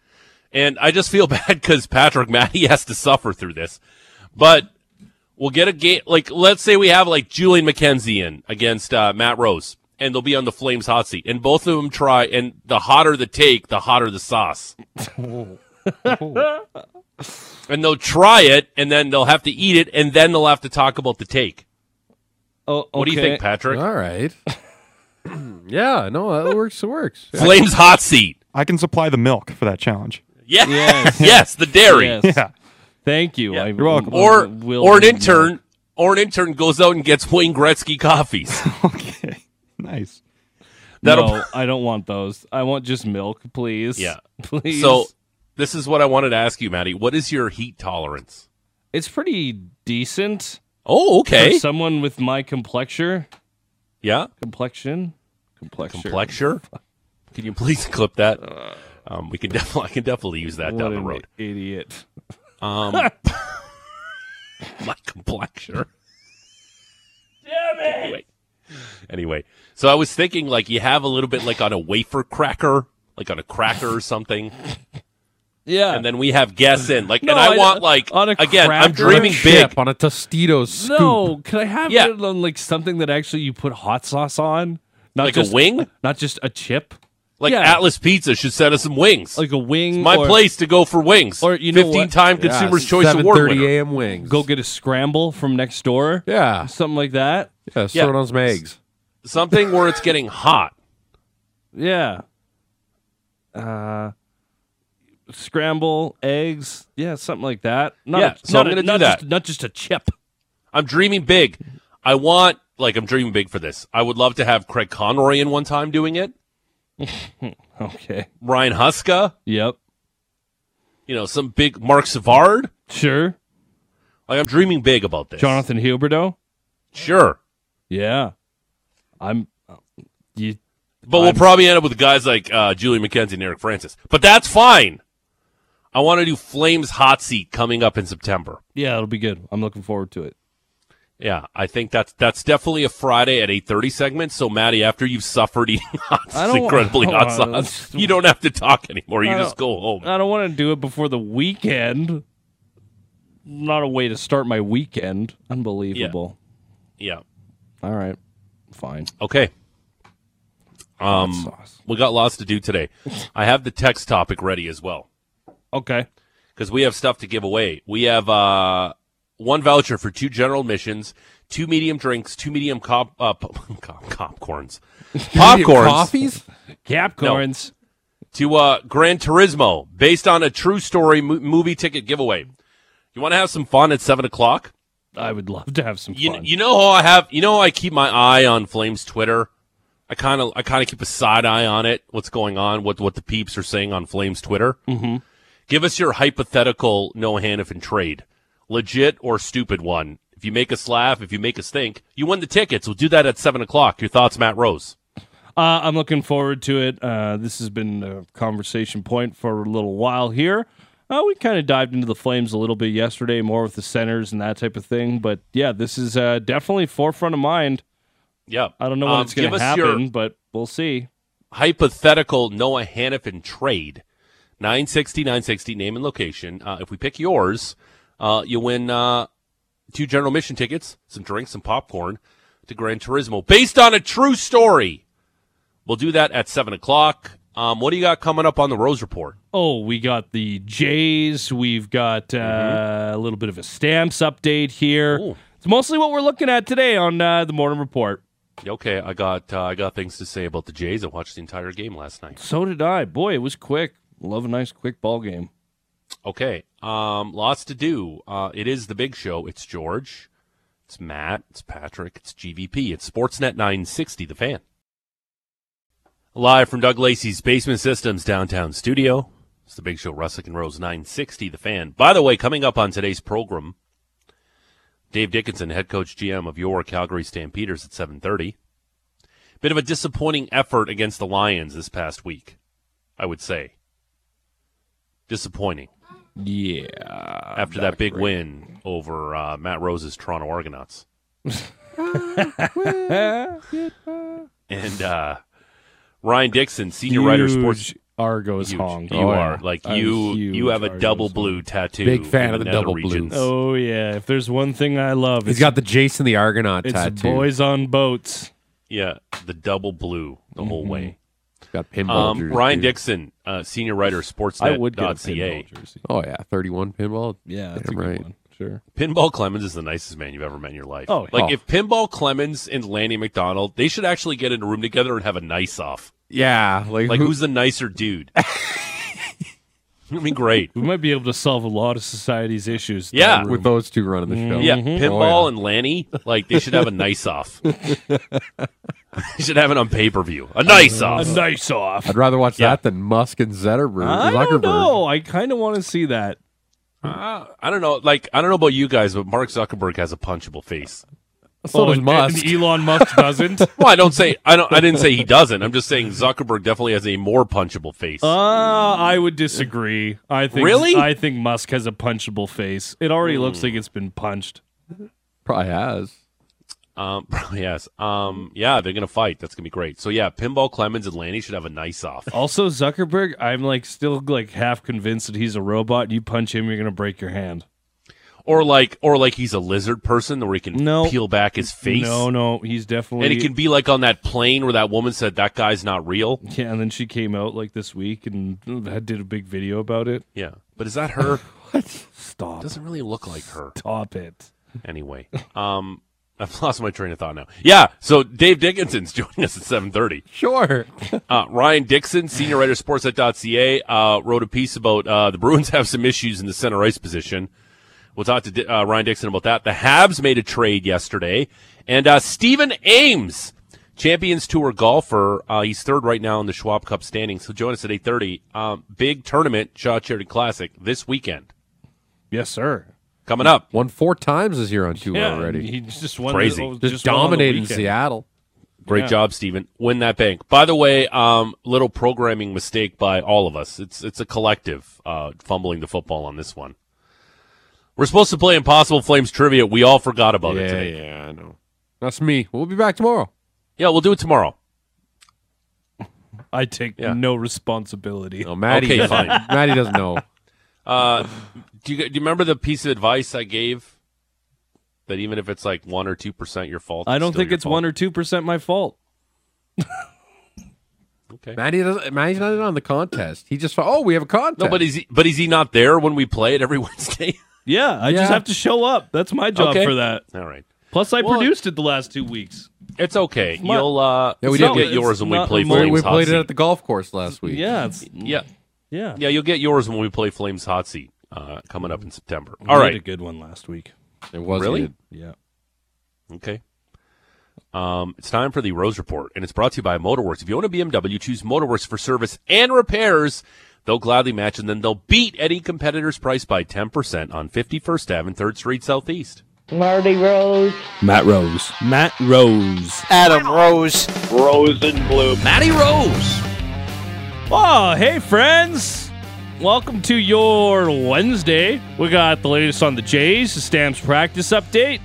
and I just feel bad because Patrick Matty has to suffer through this. But we'll get a game. Like, let's say we have like Julian McKenzie in against uh, Matt Rose, and they'll be on the Flames Hot Seat, and both of them try. And the hotter the take, the hotter the sauce. and they'll try it, and then they'll have to eat it, and then they'll have to talk about the take.
Oh,
What do you
okay.
think, Patrick?
All right. yeah, no, that works. It works.
Flames Hot Seat.
I can supply the milk for that challenge.
Yes, yes,
Yes.
the dairy.
Yes.
Yeah.
Thank you.
Yeah.
I,
You're welcome.
or
will-
or an intern or an intern goes out and gets Wayne Gretzky coffees.
Okay. Nice.
That'll
no, I don't want those. I want just milk, please.
Yeah.
Please.
so this is what I wanted to ask you, Maddie. What is your heat tolerance?
it's pretty decent.
Oh, okay.
For someone with my complexure,
yeah,
complexion, complexure,
complexure. Can you please clip that? Um, we can definitely I can definitely use that
What
down the
an
road.
idiot.
Um, my complexure. Damn it. Anyway. anyway, so I was thinking like you have a little bit like on a wafer cracker, like on a cracker or something.
Yeah.
and then we have guests in. Like,
No,
and I,
I-
want like
on a
again. I'm
cracker
dreaming big.
Chip on a Tostitos scoop.
no, can I have
Yeah.
it on like something that actually you put hot sauce on? Not
Like a
just,
wing?
not just a chip,
Like
Yeah.
Atlas Pizza should send us some wings.
like a wing.
My
or
place to go for wings.
or you know what?
15 time
Yeah,
Consumers Choice Award
7:30
winner.
a.m. wings.
Go get a scramble from next door,
Yeah,
something like that.
yeah. Throw it on some eggs.
Something where it's getting hot.
Yeah. Uh, scramble eggs, yeah, something like that. Not
Yeah,
a,
so I'm
not a-
gonna do
not
that.
Just, not just a chip.
I'm dreaming big. I want like I'm dreaming big for this. I would love to have Craig Conroy in one time doing it.
Okay.
Ryan Huska,
Yep.
you know, some big Mark Savard.
Sure.
Like I'm dreaming big about this.
Jonathan Huberto.
Sure.
Yeah. I'm. You,
But we'll probably end up with guys like uh, Julie McKenzie and Eric Francis. But that's fine. I want to do Flames hot seat coming up in September.
Yeah, it'll be good. I'm looking forward to it.
Yeah, I think that's that's definitely a Friday at eight thirty segment. So Maddie, after you've suffered eating hot,
I don't-
incredibly hot
hold on,
sauce,
let's-
you don't have to talk anymore. You
I
just
don't-
go home.
I don't want to do it before the weekend. Not a way to start my weekend. Unbelievable.
Yeah.
All right. Fine.
Okay.
Um,
We got lots to do today. I have the text topic ready as well
okay.
because we have stuff to give away. We have uh, one voucher for two general missions, two medium drinks, two medium cop, uh, pop, cop, popcorns, popcorns,
Coffees?
Capcorns.
to uh, Gran Turismo based on a true story mo- movie ticket giveaway. You want to have some fun at seven o'clock?
I would love to have some
You,
fun.
you know how I have you know how I keep my eye on Flames Twitter. I kind of I kind of keep a side eye on it. What's going on? What what the peeps are saying on Flames Twitter? Mm-hmm. Give us your hypothetical Noah Hannafin trade, legit or stupid one. If you make us laugh, if you make us think, you win the tickets. We'll do that at seven o'clock. Your thoughts, Matt Rose?
Uh, I'm looking forward to it. Uh, this has been a conversation point for a little while here. Uh, we kind of dived into the flames a little bit yesterday, more with the centers and that type of thing. But yeah, this is uh, definitely forefront of mind.
Yeah,
I don't know when
Um,
it's going
give
to
us your-
happen, but we'll see.
hypothetical Noah Hannafin trade. 960, 960, name and location. Uh, if we pick yours, uh, you win uh, two general mission tickets, some drinks, some popcorn to Gran Turismo based on a true story. We'll do that at 7 o'clock. Um, what do you got coming up on the Rose Report?
Oh, we got the Jays. We've got uh, a little bit of a stamps update here.
Ooh.
It's mostly what we're looking at today on uh, the Morning Report.
Okay, I got uh, I got things to say about the Jays. I watched the entire game last night.
So did I. Boy, it was quick. Love a nice quick ball game.
Okay. Um, lots to do. Uh, it is the big show. It's George. It's Matt. It's Patrick. It's GVP. It's Sportsnet 960, the fan. Live from Doug Lacey's Basement Systems downtown studio. It's the big show, Russick and Rose 960, the fan. By the way, coming up on today's program, Dave Dickinson, head coach GM of your Calgary Stampeders at 730. Bit of a disappointing effort against the Lions this past week, I would say. Disappointing
Yeah.
after that big win over uh, Matt Rose's Toronto Argonauts. and uh, Ryan Dixon, senior writer, sports.
Argos
Huge.
Hong.
You
Oh, yeah.
are like
I'm
you.
huge
You have a
Argos
double
fan.
blue tattoo.
Big fan
in
of the
nether
double blue.
regions.
Oh yeah. If there's one thing I love,
He's
it's,
got the Jason the Argonaut
it's
tattoo.
boys on boats.
Yeah, the double blue the whole way.
He's got pinball.
Um,
jerseys,
Ryan
dude.
Dixon, uh, senior writer,
I would get a
Sportsnet.ca.
pinball jersey.
Oh yeah, thirty-one pinball.
Yeah, that's
Damn
a good
right.
one. Sure.
Pinball Clemens is the nicest man you've ever met in your life.
Oh,
like
oh.
if Pinball Clemens and Lanny McDonald, they should actually get in a room together and have a nice off.
Yeah, like,
Like,
who-
who's the nicer dude? I mean, great.
We might be able to solve a lot of society's issues. in
Yeah.
that room.
with those two running the show.
Yeah, Pinball
Oh,
and Lanny, like, they should have a nice off. they should have it on pay per view. A nice
a
off.
nice off.
I'd rather watch
Yeah.
that than Musk and Zetterberg.
I
Zuckerberg.
don't know. I kind of want to see that.
Uh, I don't know. Like, I don't know about you guys, but Mark Zuckerberg has a punchable face.
So
Oh,
does
and-
Musk.
And Elon Musk doesn't.
Well, I don't say I don't. I didn't say he doesn't. I'm just saying Zuckerberg definitely has a more punchable face.
uh, I would disagree. I think
Really?
I think Musk has a punchable face. It already looks like it's been punched.
Probably has.
Um, yes. Um, yeah, they're gonna fight. That's gonna be great. So yeah, Pinball Clemens and Lanny should have a nice off.
Also, Zuckerberg, I'm like still like half convinced that he's a robot. You punch him, you're gonna break your hand.
Or like, or like he's a lizard person, where he can
No.
peel back his face.
No, no, he's definitely.
And it can be like on that plane where that woman said that guy's not real.
yeah, and then she came out like this week and uh, did a big video about it.
Yeah. But is that her?
Stop.
Doesn't really look like her.
Stop it.
Anyway. Um I've lost my train of thought now. Yeah, so Dave Dickinson's joining us at 7:30.
Sure.
Uh, Ryan Dixon, senior writer, sportsnet.ca, uh, wrote a piece about uh, the Bruins have some issues in the center ice position. We'll talk to Di- uh, Ryan Dixon about that. The Habs made a trade yesterday, and uh, Stephen Ames, Champions Tour golfer, uh, he's third right now in the Schwab Cup standings. He'll join us at eight thirty. Um, big tournament, Shaw Charity Classic this weekend
Yes, sir.
coming up.
Won four times this year on two
Yeah,
already.
He just won.
Crazy.
The, oh,
Just,
won on the
dominated in
weekend.
Seattle.
Great
Yeah.
job, Steven. Win that bank. By the way, um, little programming mistake by all of us. It's it's a collective uh, fumbling the football on this one. We're supposed to play Impossible Flames trivia. We all forgot about it
yeah,
today.
yeah, I know. That's me. We'll be back tomorrow.
Yeah, we'll do it tomorrow.
I take
Yeah.
no responsibility.
No, Maddie.
Okay,
doesn't,
fine.
Maddie doesn't know.
Uh, do you do you remember the piece of advice I gave? That even if it's like one or two percent your fault,
I don't think it's one or two percent my fault.
Okay.
Maddie doesn't. Maddie's not in on the contest. He just thought, oh, we have a contest.
No, but is he, but is he not there when we play it every Wednesday?
Yeah, I just
Yeah.
have to show up. That's my job
Okay.
for that.
all right,
Plus, I
Well,
produced it the last two weeks.
it's okay.
not-
You'll uh,
Yeah, we
you'll
did.
get yours
It's
when we
not
play
a mo-
Flames
we
Hot
played
Seat.
it at the golf course last week.
Yeah, it's,
yeah,
yeah.
yeah, you'll get yours when we play Flames Hot Seat uh, coming up in September.
We
All
had a
right,
good one last week.
it was
Really?
good.
Yeah.
okay. Um, it's time for the Rose Report, and it's brought to you by Motorworks. If you own a BMW, choose Motorworks for service and repairs. They'll gladly match, and then they'll beat any competitor's price by ten percent on Fifty First Ave and Third Street Southeast.
Marty Rose.
Matt Rose. Matt Rose.
Adam Rose.
Matty Rose.
Oh, hey, friends. Welcome to your Wednesday. We got the latest on the Jays, the Stamps practice update,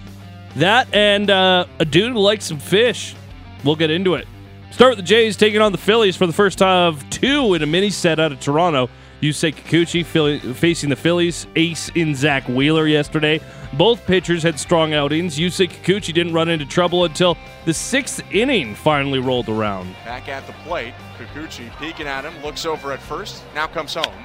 that, and uh, a dude who likes some fish. We'll get into it. Start with the Jays taking on the Phillies for the first time of two in a mini set out of Toronto. Yusei Kikuchi Philly, facing the Phillies, ace in Zach Wheeler yesterday. Both pitchers had strong outings. Yusei Kikuchi didn't run into trouble until the sixth inning finally rolled around.
Back at the plate. Kikuchi peeking at him, looks over at first, now comes home.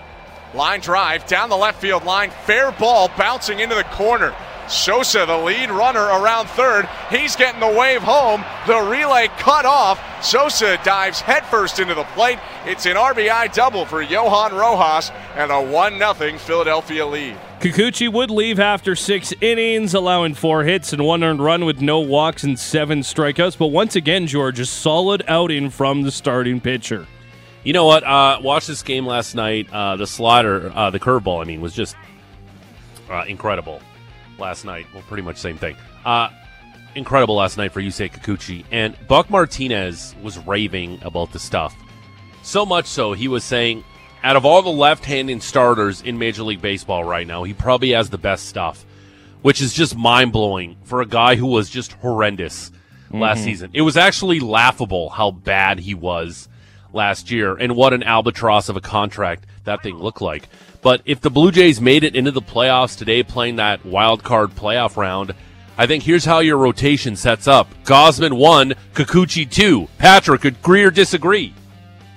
Line drive down the left field line, fair ball bouncing into the corner. Sosa, the lead runner around third, he's getting the wave home. The relay cut off. Sosa dives headfirst into the plate. It's an RBI double for Johan Rojas and a 1 0 Philadelphia lead.
Kikuchi would leave after six innings, allowing four hits and one earned run with no walks and seven strikeouts. But once again, George, a solid outing from the starting pitcher.
You know what? Uh, watched this game last night. Uh, the slaughter, uh, the curveball, I mean, was just uh, incredible last night. Well, pretty much same thing. Uh, incredible last night for Yusei Kikuchi. And Buck Martinez was raving about the stuff. So much so, he was saying, out of all the left-handed starters in Major League Baseball right now, he probably has the best stuff, which is just mind-blowing for a guy who was just horrendous last season. It was actually laughable how bad he was last year and what an albatross of a contract that thing looked like. But if the Blue Jays made it into the playoffs today playing that wild card playoff round, I think here's how your rotation sets up. Gosman 1, Kikuchi 2. Patrick, could agree or disagree?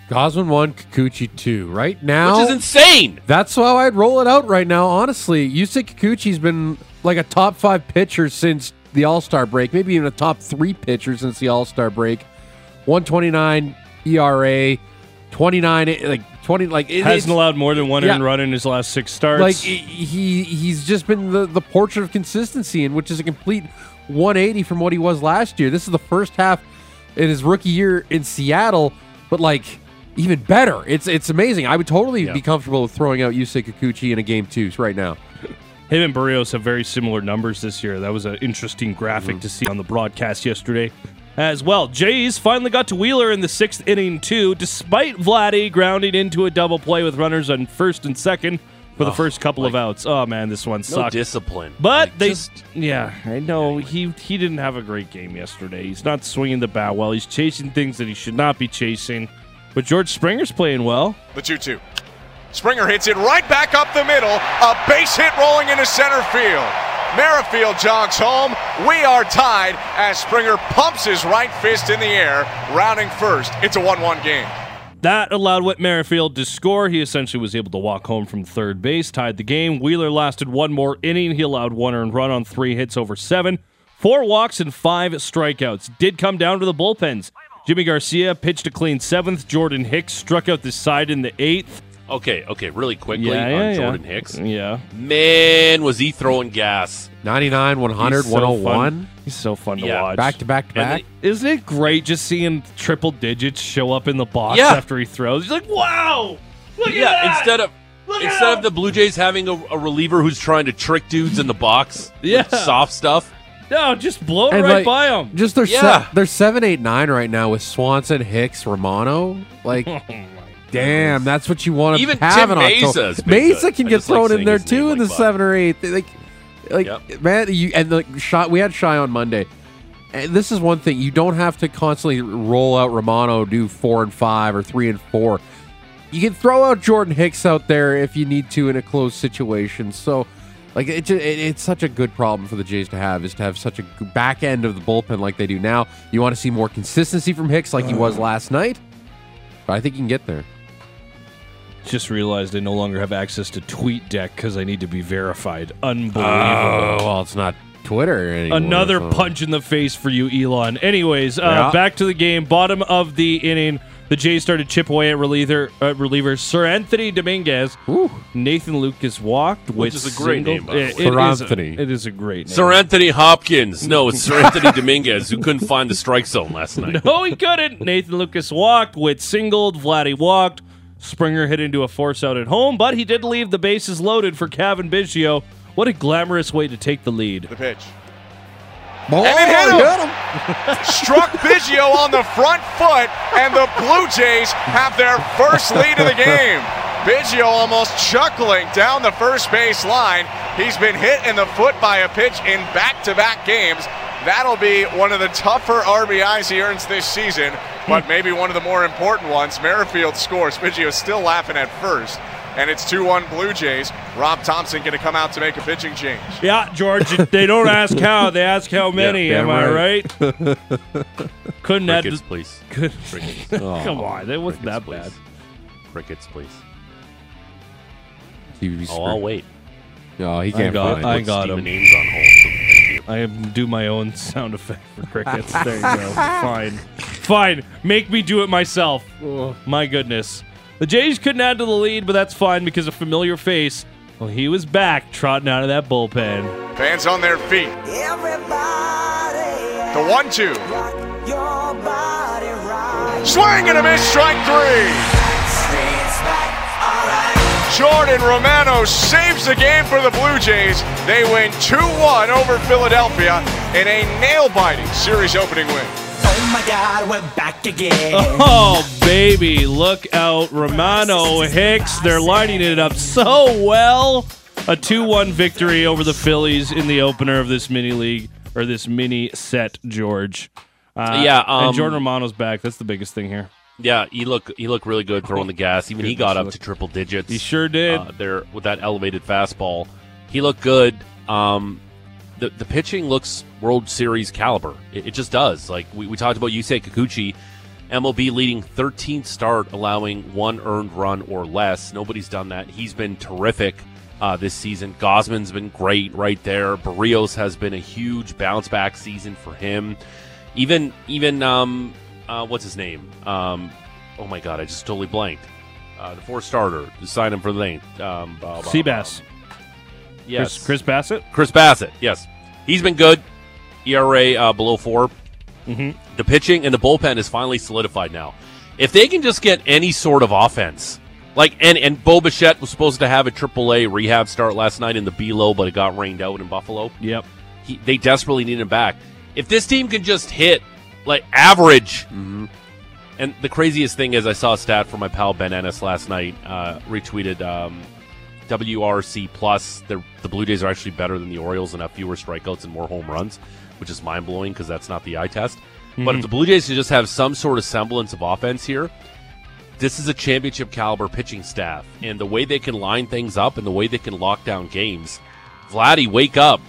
Gosman one, Kikuchi two. Right now,
Which is insane.
that's how I'd roll it out right now. Honestly, Yusei Kikuchi's been like a top five pitcher since the All Star break, maybe even a top three pitcher since the All Star break. One E twenty nine ERA, twenty nine like twenty like it-
Hasn't
it's-
allowed more than one
Yeah.
earned run in his last six starts.
Like he- he he's just been the the portrait of consistency, and which is a complete 180 from what he was last year. This is the first half in his rookie year in Seattle, but like even better. It's it's amazing. I would totally
Yeah.
be comfortable with throwing out Yusei Kikuchi in a game two right now.
Him and Barrios have very similar numbers this year. That was an interesting graphic
Mm.
to see on the broadcast yesterday as well. Jays finally got to Wheeler in the sixth inning, too, despite Vladdy grounding into a double play with runners on first and second for the first couple of outs. Oh, man, this one
No
sucked.
discipline.
But
Like,
they,
just-
yeah, I know he he didn't have a great game yesterday. He's not swinging the bat well. He's chasing things that he should not be chasing. But George Springer's playing well.
The 2 2. Springer hits it right back up the middle. A base hit rolling into center field. Merrifield jogs home. We are tied as Springer pumps his right fist in the air, rounding first. It's a 1 1 game.
That allowed Whit Merrifield to score. He essentially was able to walk home from third base, tied the game. Wheeler lasted one more inning. He allowed one earned run on three hits over seven, four walks, and five strikeouts. Did come down to the bullpens. Jimmy Garcia pitched a clean seventh. Jordan Hicks struck out the side in the eighth.
okay, okay, really quickly on Jordan Hicks.
Yeah.
Man, was he throwing gas.
99, 100,
He's so
101,
fun. He's so fun to
Yeah.
watch.
back to back to
And
back.
Isn't it great just seeing triple digits show up in the box
Yeah.
after he throws? He's like, wow! Look
yeah,
at that!
instead of
Look
instead
out!
of the Blue Jays having a, a reliever who's trying to trick dudes in the box, with
Yeah.
soft stuff.
No, just blown
And,
right
like,
by him.
Just they're
Yeah.
se- they're seven, eight, nine right now with Swanson, Hicks, Romano. Like, damn, that's what you want to
Oh Even
have
Tim
in October.
Mesa's been
Mesa
good.
can
I
get
just like
thrown in
saying
there
his name
too
like
in the
Bob.
seven or eight. Like, like
Yep.
man, you and like shy, we had shy on Monday. And this is one thing you don't have to constantly roll out Romano, do four and five or three and four. You can throw out Jordan Hicks out there if you need to in a closed situation. So, like, it, ju- it, it's such a good problem for the Jays to have is to have such a g- back end of the bullpen like they do now. You want to see more consistency from Hicks like he was last night, but I think you can get there.
Just realized I no longer have access to Tweet Deck because I need to be verified. Ah. Unbelievable.
well, it's not Twitter anymore.
Another
so-
punch in the face for you, Elon. Anyways, uh,
Yeah.
back to the game. Bottom of the inning, the Jays started chip away at reliever, uh, reliever Sir Anthony Dominguez.
Whew.
Nathan Lucas walked,
Which
with
is a great
single-
name, by the
Yeah,
way.
it
Sir
is a-
Anthony.
it is a great name.
Sir Anthony Hopkins. No, it's Sir Anthony Dominguez who couldn't find the strike zone last night.
no, he couldn't. Nathan Lucas walked, with singled. Vladdy walked. Springer hit into a force out at home, but he did leave the bases loaded for Kevin Biggio. What a glamorous way to take the lead.
The pitch.
Oh,
And it hit him!
you got him.
Struck Biggio on the front foot, and the Blue Jays have their first lead of the game. Biggio almost chuckling down the first base line. He's been hit in the foot by a pitch in back to back games. That'll be one of the tougher RBIs he earns this season, but maybe one of the more important ones. Merrifield scores. Biggio's still laughing at first, and it's 2 1 Blue Jays. Rob Thompson going to come out to make a pitching change.
Yeah, George, they don't ask how, they ask how many.
Yeah,
am
damn
I right? Couldn't add.
Crickets, please.
Good.
Crickets.
Come on, that
Crickets,
wasn't Oh, that bad.
please. Crickets, please.
He'd be
Oh, I'll
screwed.
wait.
Oh, he can't
got-
find.
I
Put
got
Steven
him.
Ames on hold. So thank you.
I am- do my own sound effect for crickets. there you go. Fine. Fine. Make me do it myself. My goodness. The Jays couldn't add to the lead, but that's fine because a familiar face. Well, he was back trotting out of that bullpen.
Fans on their feet.
Everybody,
The 1 2.
rock your body right.
Swing and a miss, strike three.
Streets back, alright.
Jordan Romano saves the game for the Blue Jays. They win 2 1 over Philadelphia in a nail biting series opening win.
Oh my god, we're back again.
Oh, baby. Look out. Romano, Hicks, they're lining it up so well. A 2 1 victory over the Phillies in the opener of this mini league or this mini set, George. Uh,
Yeah, um,
and Jordan Romano's back. That's the biggest thing here.
Yeah, he look he looked really good throwing the gas. Even he got up to triple digits.
He sure did.
uh, there with that elevated fastball. He looked good. Um, the the pitching looks World Series caliber. It, it just does. Like we, we talked about Yusei Kikuchi, MLB leading 13th start, allowing one earned run or less. Nobody's done that. He's been terrific uh, this season. Gosman's been great right there. Barrios has been a huge bounce back season for him. Even even um, uh, what's his name? Um, oh my god, I just totally blanked. Uh, the four starter to sign him for the name. Um, blah, blah, blah.
Seabass.
Yes.
Chris, Chris Bassett.
Chris Bassett. Yes, he's been good. ERA uh, below 4
Mm-hmm.
The pitching and the bullpen is finally solidified now. If they can just get any sort of offense, like and and Bo Bichette was supposed to have a AAA rehab start last night in the B low, but it got rained out in Buffalo.
Yep.
He, they desperately need him back. If this team can just hit like average, and the craziest thing is, I saw a stat from my pal Ben Ennis last night. Uh, retweeted um, WRC plus. The the Blue Jays are actually better than the Orioles and have fewer strikeouts and more home runs, which is mind blowing because that's not the eye test. But if the Blue Jays can just have some sort of semblance of offense here, this is a championship caliber pitching staff, and the way they can line things up and the way they can lock down games. Vladdy, wake up.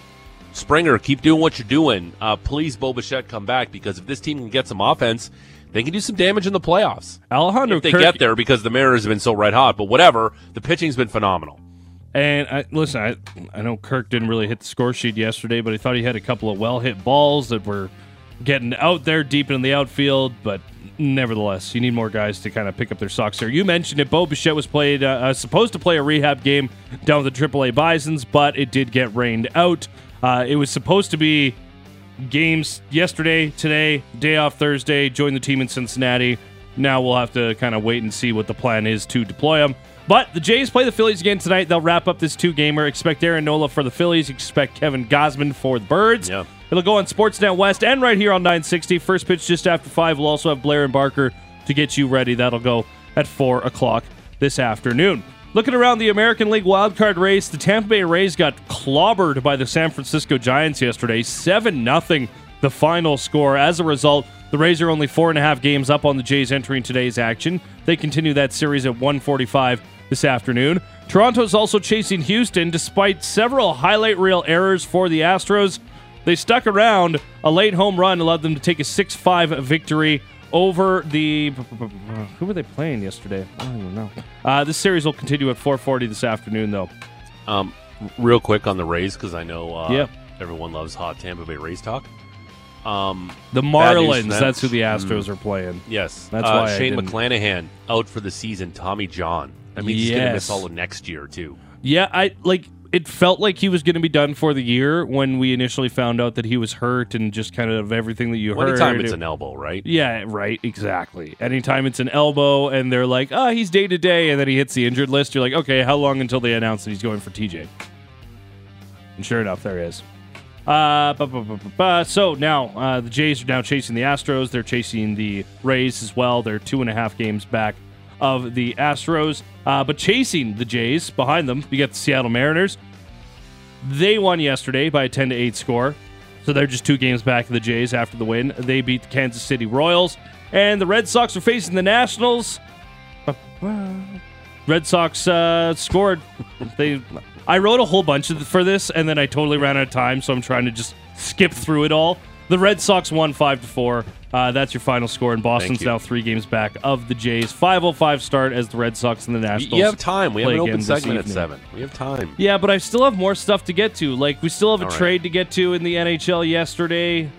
Springer, keep doing what you're doing. Uh, please, Bobichette, come back because if this team can get some offense, they can do some damage in the playoffs.
Alejandro
If they
Kirk-
get there because the Mariners have been so red hot, but whatever, the pitching's been phenomenal.
And I, listen, I, I know Kirk didn't really hit the score sheet yesterday, but I thought he had a couple of well hit balls that were getting out there deep in the outfield. But nevertheless, you need more guys to kind of pick up their socks there. You mentioned it. Bo Bichette was played, uh, uh, supposed to play a rehab game down with the AAA Bisons, but it did get rained out. Uh, it was supposed to be games yesterday, today, day off Thursday, join the team in Cincinnati. Now we'll have to kind of wait and see what the plan is to deploy him. But the Jays play the Phillies again tonight. They'll wrap up this two gamer. Expect Aaron Nola for the Phillies. Expect Kevin Gosman for the Birds.
Yeah.
It'll go on Sportsnet West and right here on 960. First pitch just after 5. We'll also have Blair and Barker to get you ready. That'll go at 4 o'clock this afternoon. Looking around the American League wildcard race, the Tampa Bay Rays got clobbered by the San Francisco Giants yesterday. 7 0 the final score. As a result, the Rays are only four and a half games up on the Jays entering today's action. They continue that series at 145 this afternoon. Toronto's also chasing Houston despite several highlight reel errors for the Astros. They stuck around. A late home run allowed them to take a 6 5 victory over the. Who were they playing yesterday? I don't even know. Uh, this series will continue at 440 this afternoon, though.
Um, real quick on the Rays because I know uh,
Yeah.
everyone loves hot Tampa Bay Rays talk. Um,
The
Bad news, Hmm.
Marlins,
Nets.
that's who the Astros are playing.
yes,
That's
uh,
why I
Shane
didn't-
McClanahan out for the season. Tommy John. That means he's gonna miss
Yes.
all of next year too.
Yeah, I like it felt like he was going to be done for the year when we initially found out that he was hurt and just kind of everything that you heard.
Anytime it's an elbow, right?
yeah, right, exactly. Anytime it's an elbow and they're like, "Oh, he's day to day," and then he hits the injured list, you're like, "Okay, how long until they announce that he's going for TJ?" And sure enough, there he is. Uh, bu- bu- bu- bu- bu- so now uh, the Jays are now chasing the Astros. They're chasing the Rays as well. They're two and a half games back of the Astros, uh, but chasing the Jays behind them. You got the Seattle Mariners. They won yesterday by a ten to eight score, so they're just two games back of the Jays after the win. They beat the Kansas City Royals, and the Red Sox are facing the Nationals. Red Sox uh, scored. They, I wrote a whole bunch of, for this, and then I totally ran out of time, so I'm trying to just skip through it all. The Red Sox won five to four. Uh, that's your final score, and Boston's
you.
now three games back of the Jays. 5:05 start as the Red Sox and the
You,
Nationals.
you have time. We have
play
an
again
open
this
segment at
evening.
seven. We have time.
Yeah, but I still have more stuff to get to. Like we still have a
All right.
trade to get to in the NHL yesterday.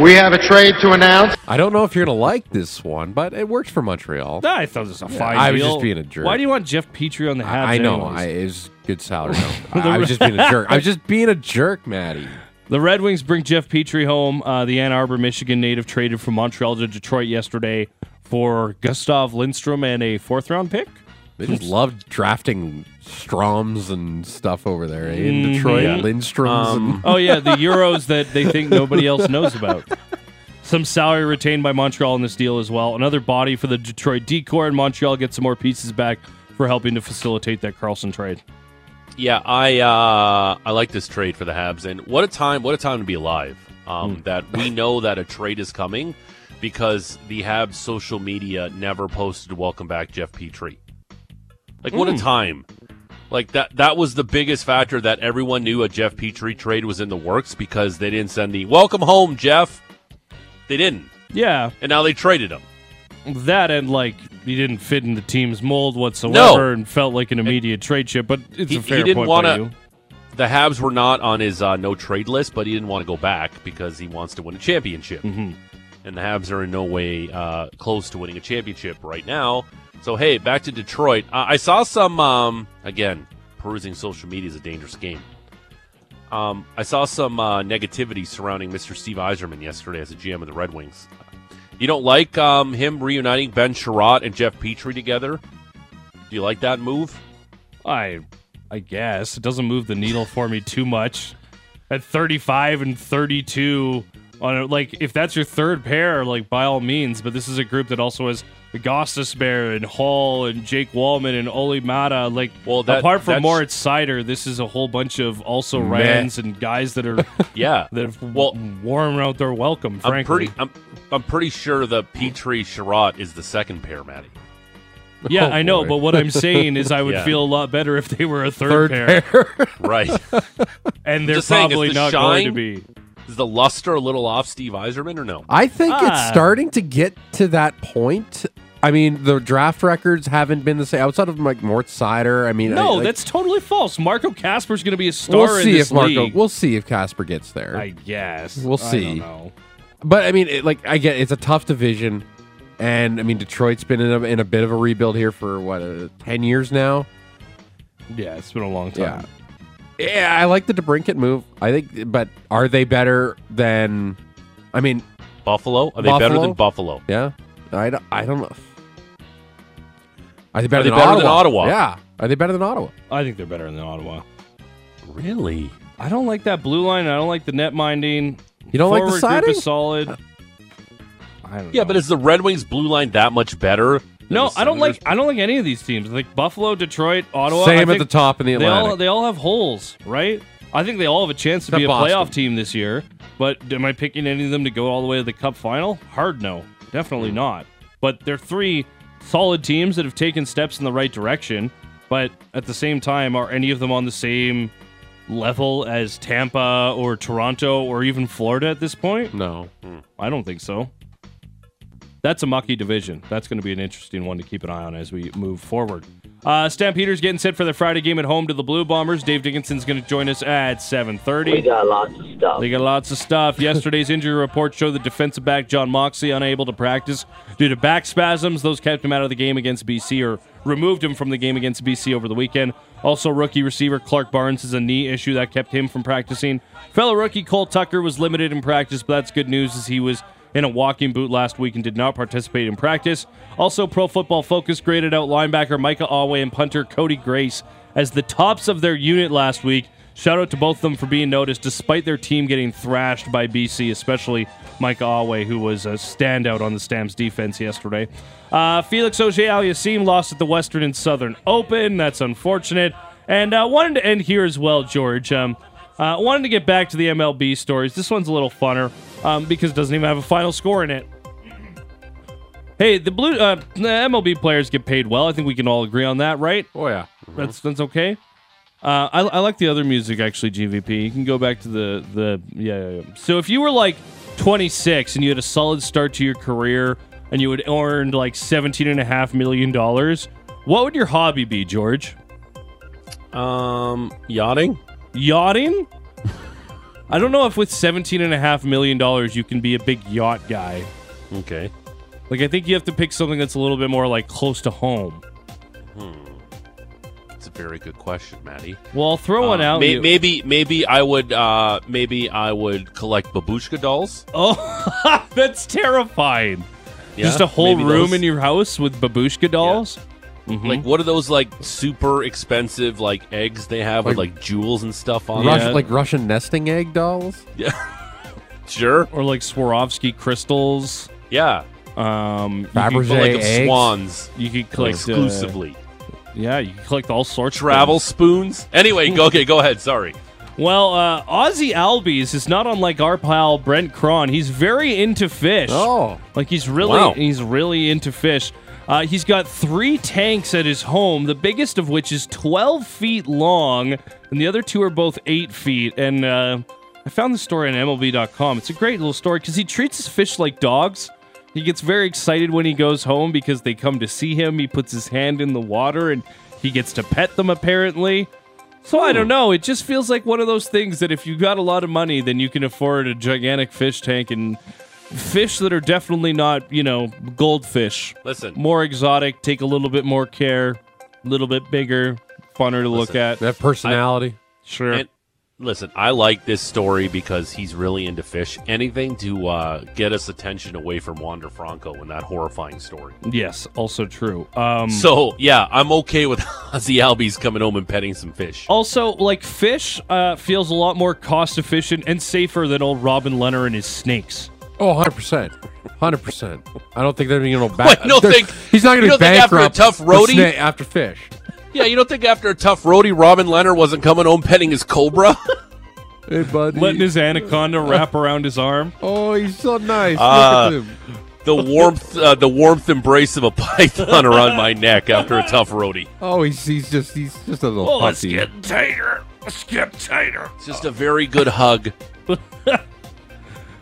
We have a trade to announce.
I don't know if you're gonna like this one, but it works for Montreal.
Nah, I thought it was a fine
I was
deal.
just being a jerk.
Why do you want Jeff Petrie on the Habs?
I, I know.
anyways?
I, it was good salary. No, I, I was just being a jerk. I was just being a jerk, Maddie.
The Red Wings bring Jeff Petrie home. Uh, the Ann Arbor, Michigan native traded from Montreal to Detroit yesterday for Gustav Lindstrom and a fourth round pick.
They
Mm-hmm.
just love drafting Stroms and stuff over there eh? in Detroit.
Mm-hmm.
Lindstroms. and,
Oh yeah, the Euros that they think nobody else knows about. Some salary retained by Montreal in this deal as well. Another body for the Detroit decor, and Montreal gets some more pieces back for helping to facilitate that Carlson trade.
Yeah, I uh, I like this trade for the Habs, and what a time! What a time to be alive. Um, That we know that a trade is coming because the Habs social media never posted "Welcome back, Jeff Petrie." Like, what a time! Like that—that was the biggest factor that everyone knew a Jeff Petrie trade was in the works because they didn't send the "Welcome home, Jeff." They didn't,
Yeah,
and now they traded him.
that and like he didn't fit in the team's mold whatsoever, and felt like an immediate trade chip. But it's
He-
a
he
fair
didn't
point
wanna-
by you.
the Habs were not on his uh, no trade list, but he didn't want to go back because he wants to win a championship. And the Habs are in no way uh, close to winning a championship right now. So hey, back to Detroit. Uh, I saw some um, again perusing social media is a dangerous game. Um, I saw some uh, negativity surrounding Mr. Steve Eiserman yesterday as a GM of the Red Wings. You don't like um, him reuniting Ben Sherratt and Jeff Petrie together? Do you like that move?
I I guess it doesn't move the needle for me too much. At 35 and 32 on a, like if that's your third pair like by all means, but this is a group that also has Augustus Bear and Hall and Jake Wallman and Ole Mata like
Well, that-
apart from
that's-
Moritz Sider, this is a whole bunch of also
Meh.
Rans and guys that are
Yeah.
that have
Well-
warm out their welcome frankly.
I'm pretty. I'm, I'm pretty sure the Petrie Sherratt is the second pair, Matty.
yeah,
Oh,
I know,
boy.
but what I'm saying is I would
Yeah.
feel a lot better if they were a third,
Third
pair,
Right.
and they're
Just saying, is
probably
the
not going to
shine-
be.
is the luster a little off Steve Eiserman or no?
I think
Ah.
it's starting to get to that point. I mean, the draft records haven't been the same outside of like Mort Sider. I mean, I-
No,
like,
that's totally false. Marco Casper's going to be a star
we'll
in
see
this
if Marco.
league.
We'll see if Casper gets there.
I guess.
We'll
I
see.
don't know.
but I mean, it, like I get it's a tough division, and I mean Detroit's been in a, in a bit of a rebuild here for what uh, ten years now.
Yeah, it's been a long
Yeah.
time.
Yeah, I like the DeBrinket move. I think, but are they better than? I mean,
Buffalo? Are they better than Buffalo?
yeah. I don't, I don't know. Are they better,
Are they
than,
better
Ottawa?
than Ottawa?
Yeah. Are they better than Ottawa?
I think they're better than Ottawa.
Really?
I don't like that blue line. I don't like the net minding.
You don't like
Forward group
the siding?
is solid. I don't
Yeah,
know.
but is the Red Wings blue line that much better? than
no,
the
I don't like
Senators?
I don't like any of these teams. Like Buffalo, Detroit, Ottawa. I
Same at
think
the top in the
They all
Atlantic.
they all have holes, right? I think they all have a chance to
Except
be a
Boston.
playoff team this year. But am I picking any of them to go all the way to the Cup final? Hard no, definitely
Hmm.
not. But they're three solid teams that have taken steps in the right direction. But at the same time, are any of them on the same level as Tampa or Toronto or even Florida at this point?
no. Hmm.
I don't think so. That's a mucky division. That's going to be an interesting one to keep an eye on as we move forward. Uh, Stampeders getting set for their Friday game at home to the Blue Bombers. Dave Dickinson's going to join us at 7.30. We got lots of stuff. They got lots of stuff. Yesterday's injury report showed the defensive back John Moxley unable to practice due to back spasms. Those kept him out of the game against BC or removed him from the game against BC over the weekend. Also, rookie receiver Clark Barnes has a knee issue that kept him from practicing. Fellow rookie Cole Tucker was limited in practice, but that's good news as he was in a walking boot last week and did not participate in practice. Also, Pro Football Focus graded out linebacker Micah Alway and punter Cody Grace as the tops of their unit last week. Shout out to both of them for being noticed despite their team getting thrashed by BC, especially Micah Alway, who was a standout on the Stamps defense yesterday. Uh, Felix Auger Aliassime lost at the Western and Southern Open. That's unfortunate. And uh, wanted to end here as well, George. Um, uh, wanted to get back to the MLB stories. This one's a little funner um, because it doesn't even have a final score in it. Hey, the blue uh, the MLB players get paid well. I think we can all agree on that, right?
Oh yeah.
That's that's okay. Uh, I, I like the other music actually. GVP. You can go back to the the yeah, yeah, yeah. So if you were like 26 and you had a solid start to your career and you had earned like 17 and a half million dollars, what would your hobby be, George?
um yachting.
Yachting? I don't know if with 17 and a half million dollars you can be a big yacht guy.
Okay.
Like I think you have to pick something that's a little bit more like close to home.
It's a very good question, Maddie.
Well, I'll throw one out.
Uh, May-
you-
maybe, maybe I would, uh, maybe I would collect babushka dolls.
Oh, that's terrifying.
Yeah,
Just a whole
maybe
room
those- Mm-hmm.
in your house with babushka dolls? Hmm?
Like, what are those like super expensive like eggs they have with
Like-
like jewels and stuff on
Rush,
them?
like Russian nesting egg dolls.
Sure.
Or like Swarovski crystals.
Yeah.
Um, you
Fabergé
could,
But, like of
eggs?
swans
you could collect uh,
exclusively.
yeah, you could collect all sorts. of
Travel
things.
spoons. Anyway, go, okay, go ahead. Sorry.
Well, uh, Ozzy Albies is not unlike our pal Brent Cron. He's very into fish.
Oh.
Like he's really
Wow.
he's really into fish. Uh, he's got three tanks at his home, the biggest of which is 12 feet long, and the other two are both eight feet. And uh, I found this story on MLB.com. It's a great little story because he treats his fish like dogs. He gets very excited when he goes home because they come to see him. He puts his hand in the water and he gets to pet them, apparently. So I don't know. It just feels like one of those things that if you got a lot of money, then you can afford a gigantic fish tank and fish that are definitely not, you know, goldfish.
Listen.
More exotic, take a little bit more care, a little bit bigger, funner to look at.
That personality.
sure.
And listen, I like this story because he's really into fish. Anything to uh, get us attention away from Wander Franco and that horrifying story.
yes, also true. Um
So yeah, I'm okay with Ozzy Albies coming home and petting some fish.
also like fish uh, feels a lot more cost efficient and safer than old Robin Leonard and his snakes.
Oh, 100 percent, hundred percent. I don't think they're going to
Wait,
back.
you don't
there's-
think-
he's not going
you
to
don't think after a
bankrupt
tough
the
roadie?
snake after fish.
Yeah, you don't think after a tough roadie, Robin Leonard wasn't coming home petting his cobra?
Hey, buddy.
Letting his anaconda wrap around his arm.
oh, he's so nice.
Uh,
Look at him.
the warmth, uh, the warmth embrace of a python around my neck after a tough roadie.
Oh, he's, he's just he's just a little
Oh, it's
pussy.
getting tighter. It's getting tighter.
It's just a very good hug.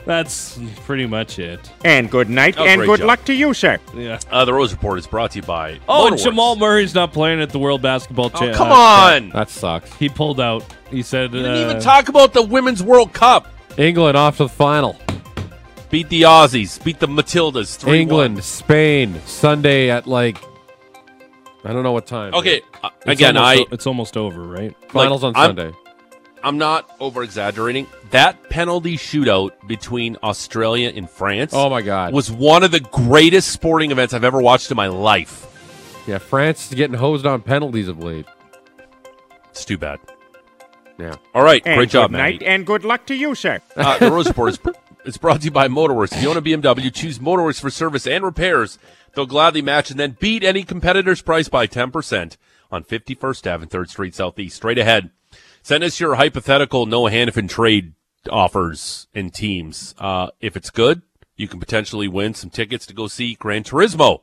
That's pretty much it.
And good night
Oh,
and
great
good
job.
luck to you, sir.
Yeah.
Uh, the Rose Report is brought to you by.
Oh, and
Motorworks.
Jamal Murray's not playing at the World Basketball
Oh,
Championship.
come on!
That sucks.
He pulled out. He said,
We didn't
uh,
even talk about the Women's World Cup.
England off to the final.
Beat the Aussies. Beat the Matildas. Three.
England, Spain, Sunday at like I don't know what time.
Okay. uh,
it's
again,
almost
I
o- it's almost over, right?
finals
like,
on
I'm-
Sunday.
I'm not over exaggerating. That penalty shootout between Australia and France.
Oh my god.
Was one of the greatest sporting events I've ever watched in my life.
yeah, France is getting hosed on penalties of late.
It's too bad.
Yeah.
All right,
And
great job,
good night
Matt.
and good luck to you, sir.
Uh, the Road Report is it's brought to you by Motorworks. If you own a BMW, choose Motorworks for service and repairs. They'll gladly match and then beat any competitor's price by 10% on 51st Ave and 3rd Street Southeast. Straight ahead. Send us your hypothetical Noah Hannafin trade offers and teams. Uh, if it's good, you can potentially win some tickets to go see Gran Turismo.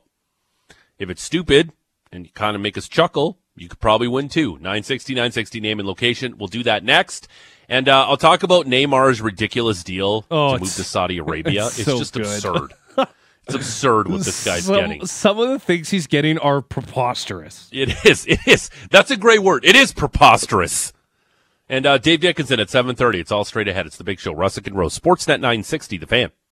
If it's stupid and you kind of make us chuckle, you could probably win too. 960, 960 name and location. We'll do that next. And uh, I'll talk about Neymar's ridiculous deal to
Oh,
move
it's-
to Saudi Arabia. It's,
it's so
just
good.
absurd. it's absurd what this guy's
some,
getting.
Some of the things he's getting are preposterous.
It is. It is. That's a great word. It is preposterous. And uh, Dave Dickinson at 7.30. It's all straight ahead. It's The Big Show. Russick and Rose. Sportsnet 960, The Fan.